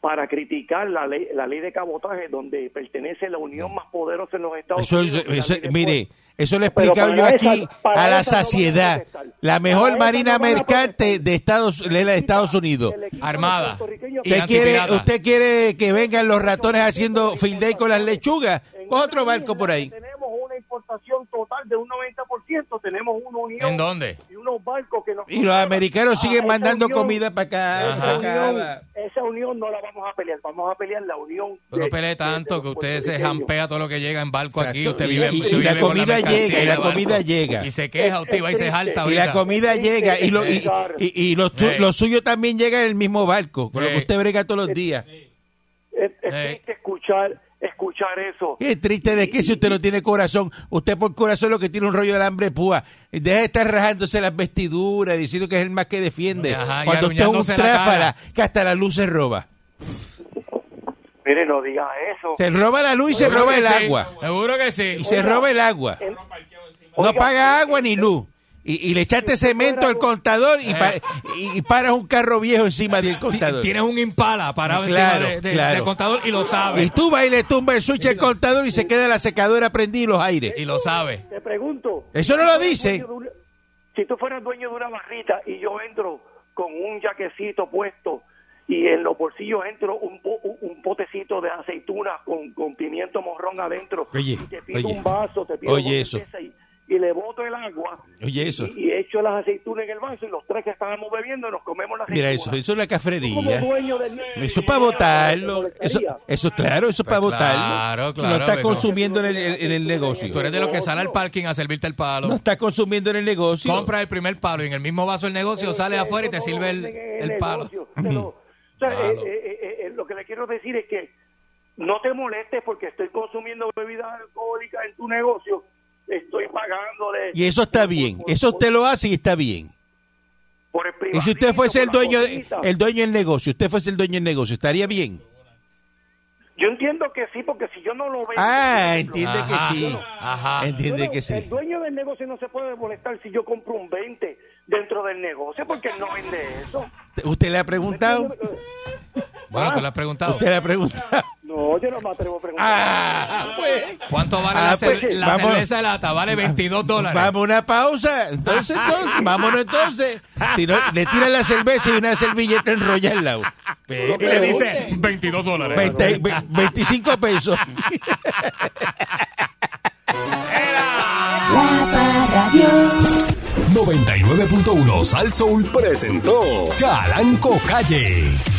[SPEAKER 7] para criticar la ley, la ley de cabotaje donde pertenece la unión más poderosa en los Estados
[SPEAKER 3] Eso,
[SPEAKER 7] Unidos.
[SPEAKER 3] eso-
[SPEAKER 7] que la
[SPEAKER 3] eso-
[SPEAKER 7] ley de
[SPEAKER 3] mire,
[SPEAKER 7] puertos.
[SPEAKER 3] eso lo he
[SPEAKER 7] Pero
[SPEAKER 3] explicado yo
[SPEAKER 7] para esa-
[SPEAKER 3] aquí
[SPEAKER 7] para
[SPEAKER 3] a la
[SPEAKER 7] esa no van a
[SPEAKER 3] saciedad.
[SPEAKER 7] protestar.
[SPEAKER 3] la
[SPEAKER 7] Para
[SPEAKER 3] mejor
[SPEAKER 7] esa
[SPEAKER 3] marina
[SPEAKER 7] no van a
[SPEAKER 3] mercante
[SPEAKER 7] protestar.
[SPEAKER 3] de Estados, de la de Estados Unidos.
[SPEAKER 7] El equipo de
[SPEAKER 4] Armada.
[SPEAKER 7] puertorriqueños
[SPEAKER 4] Y
[SPEAKER 3] ¿Usted quiere,
[SPEAKER 4] antipirata.
[SPEAKER 3] usted quiere que vengan los ratones haciendo field day con las lechugas.
[SPEAKER 7] En
[SPEAKER 3] Coge
[SPEAKER 7] una
[SPEAKER 3] otro barco
[SPEAKER 7] isla
[SPEAKER 3] por
[SPEAKER 7] que
[SPEAKER 3] ahí.
[SPEAKER 7] Tenemos una importación total de un 90%, tenemos una unión
[SPEAKER 4] ¿En dónde?
[SPEAKER 7] y unos barcos que nos
[SPEAKER 3] Y los americanos
[SPEAKER 7] Ah,
[SPEAKER 3] siguen
[SPEAKER 7] esa
[SPEAKER 3] mandando
[SPEAKER 7] unión-
[SPEAKER 3] comida para
[SPEAKER 4] Ajá.
[SPEAKER 3] acá.
[SPEAKER 7] Esa
[SPEAKER 3] para
[SPEAKER 7] unión,
[SPEAKER 3] acá.
[SPEAKER 7] esa unión no la vamos a pelear, vamos a pelear la unión.
[SPEAKER 4] Pero
[SPEAKER 7] de-
[SPEAKER 4] no pelee
[SPEAKER 7] de- este
[SPEAKER 4] tanto
[SPEAKER 7] de
[SPEAKER 4] que
[SPEAKER 7] los
[SPEAKER 4] usted se
[SPEAKER 7] puertorriqueños.
[SPEAKER 4] jampea todo lo que llega en barco aquí.
[SPEAKER 3] Exacto.
[SPEAKER 4] Usted vive,
[SPEAKER 3] Y- y-
[SPEAKER 4] usted
[SPEAKER 3] y la
[SPEAKER 4] vive con
[SPEAKER 3] comida
[SPEAKER 4] mercancía
[SPEAKER 3] llega, y la
[SPEAKER 4] de barco.
[SPEAKER 3] comida llega.
[SPEAKER 4] Y se queja usted, y va y se jalta
[SPEAKER 3] Y
[SPEAKER 4] ahorita.
[SPEAKER 3] la comida llega. Y, lo, y, y- y los chu-
[SPEAKER 4] Sí.
[SPEAKER 3] los suyos también llegan en el mismo barco. Con lo que
[SPEAKER 4] Sí.
[SPEAKER 3] usted brega todos los días.
[SPEAKER 7] Es, es
[SPEAKER 4] Eh.
[SPEAKER 7] triste escuchar, escuchar eso.
[SPEAKER 3] Qué triste de que si usted no tiene corazón, usted por corazón lo que tiene un rollo de alambre púa. Deja de estar rajándose las vestiduras, diciendo que es el más que defiende.
[SPEAKER 4] Ajá, y
[SPEAKER 3] Cuando usted es un
[SPEAKER 4] arruinándose la
[SPEAKER 3] tráfala,
[SPEAKER 4] cara.
[SPEAKER 3] que hasta la luz se roba.
[SPEAKER 7] Mire, no diga eso.
[SPEAKER 3] Se roba la luz y se
[SPEAKER 4] Seguro
[SPEAKER 3] roba
[SPEAKER 4] que
[SPEAKER 3] el
[SPEAKER 4] sí,
[SPEAKER 3] agua.
[SPEAKER 4] Seguro que sí.
[SPEAKER 3] Y se roba el agua. No
[SPEAKER 7] Oiga,
[SPEAKER 3] paga
[SPEAKER 7] eh,
[SPEAKER 3] agua ni luz. Y, y le echaste cemento al contador y, pa-
[SPEAKER 4] Eh.
[SPEAKER 3] y- y paras un carro viejo encima del contador.
[SPEAKER 4] Tienes un impala parado
[SPEAKER 3] Claro,
[SPEAKER 4] encima de- de-
[SPEAKER 3] claro.
[SPEAKER 4] del contador y lo
[SPEAKER 3] Y
[SPEAKER 4] sabe.
[SPEAKER 3] tú vas y le tumba el switch al contador y se queda la secadora prendida y los aires.
[SPEAKER 4] Y lo sabe.
[SPEAKER 7] Te pregunto.
[SPEAKER 3] Eso no lo dice.
[SPEAKER 7] Dueño de una- Si tú fueras dueño de una barrita y yo entro con un jaquecito puesto y en los bolsillos entro un, po- un- un potecito de aceitunas con, con pimiento morrón adentro.
[SPEAKER 3] Oye,
[SPEAKER 7] y te pido
[SPEAKER 3] oye.
[SPEAKER 7] un vaso, te pido
[SPEAKER 3] Oye,
[SPEAKER 7] una
[SPEAKER 3] eso.
[SPEAKER 7] cerveza Y, y le boto el agua.
[SPEAKER 3] Oye, eso.
[SPEAKER 7] Y, y echo las aceitunas en el vaso y los tres que estábamos bebiendo nos comemos las
[SPEAKER 3] Mira, eso,
[SPEAKER 7] aceitunas.
[SPEAKER 3] eso es la
[SPEAKER 7] Como
[SPEAKER 3] cafrería.
[SPEAKER 7] dueño del-
[SPEAKER 3] Eso es para votarlo.
[SPEAKER 7] ¿Te
[SPEAKER 3] Eso,
[SPEAKER 7] molestaría?
[SPEAKER 3] eso claro, eso es para
[SPEAKER 4] Pues
[SPEAKER 3] votarlo.
[SPEAKER 4] claro, claro,
[SPEAKER 3] No está
[SPEAKER 4] pero-
[SPEAKER 3] consumiendo en el, en el negocio.
[SPEAKER 4] Tú eres de los que sale al parking a servirte el palo.
[SPEAKER 3] No está consumiendo en el negocio.
[SPEAKER 4] Compra el primer palo y en el mismo vaso el negocio
[SPEAKER 7] Eh,
[SPEAKER 4] sale afuera y te sirve el, el palo.
[SPEAKER 7] Pero, o sea, eh,
[SPEAKER 4] Palo.
[SPEAKER 7] eh, eh, eh, lo que le quiero decir es que no te molestes porque estoy consumiendo bebidas alcohólicas en tu negocio, estoy pagándole.
[SPEAKER 3] Y eso está
[SPEAKER 7] por-
[SPEAKER 3] bien.
[SPEAKER 7] por-
[SPEAKER 3] Eso
[SPEAKER 7] por-
[SPEAKER 3] usted lo hace y está bien.
[SPEAKER 7] por el
[SPEAKER 3] Y si
[SPEAKER 7] privadito,
[SPEAKER 3] usted fuese
[SPEAKER 7] por
[SPEAKER 3] el
[SPEAKER 7] la
[SPEAKER 3] dueño, de-
[SPEAKER 7] cosita.
[SPEAKER 3] el dueño del negocio, usted fuese el dueño del negocio, estaría bien.
[SPEAKER 9] Yo entiendo que sí, porque si yo no lo veo.
[SPEAKER 3] Ah,
[SPEAKER 9] por ejemplo,
[SPEAKER 3] entiende
[SPEAKER 10] Ajá,
[SPEAKER 3] que sí.
[SPEAKER 10] Ajá.
[SPEAKER 3] Entiende
[SPEAKER 9] bueno,
[SPEAKER 3] que sí.
[SPEAKER 9] El dueño del negocio no se puede molestar si yo compro un 20 dentro del negocio porque él no vende eso.
[SPEAKER 3] ¿Usted le ha preguntado?
[SPEAKER 10] Bueno,
[SPEAKER 7] Ah.
[SPEAKER 10] tú le has preguntado.
[SPEAKER 3] ¿Usted le ha preguntado?
[SPEAKER 9] No, yo no me atrevo a preguntar.
[SPEAKER 3] Ah, pues.
[SPEAKER 10] ¿Cuánto vale
[SPEAKER 3] Ah,
[SPEAKER 10] la, cer-
[SPEAKER 3] pues,
[SPEAKER 10] la
[SPEAKER 3] vamos.
[SPEAKER 10] cerveza de lata? Vale 22 dólares.
[SPEAKER 3] Vamos a una pausa. Entonces, entonces, vámonos entonces. Si no, le tiran la cerveza y una servilleta enrollada al lado. Ve,
[SPEAKER 10] Y le dice 22 dólares.
[SPEAKER 3] 20 ve- 25 pesos.
[SPEAKER 11] La Parradio.
[SPEAKER 4] 99.1 Sal Soul presentó Calanco Calle.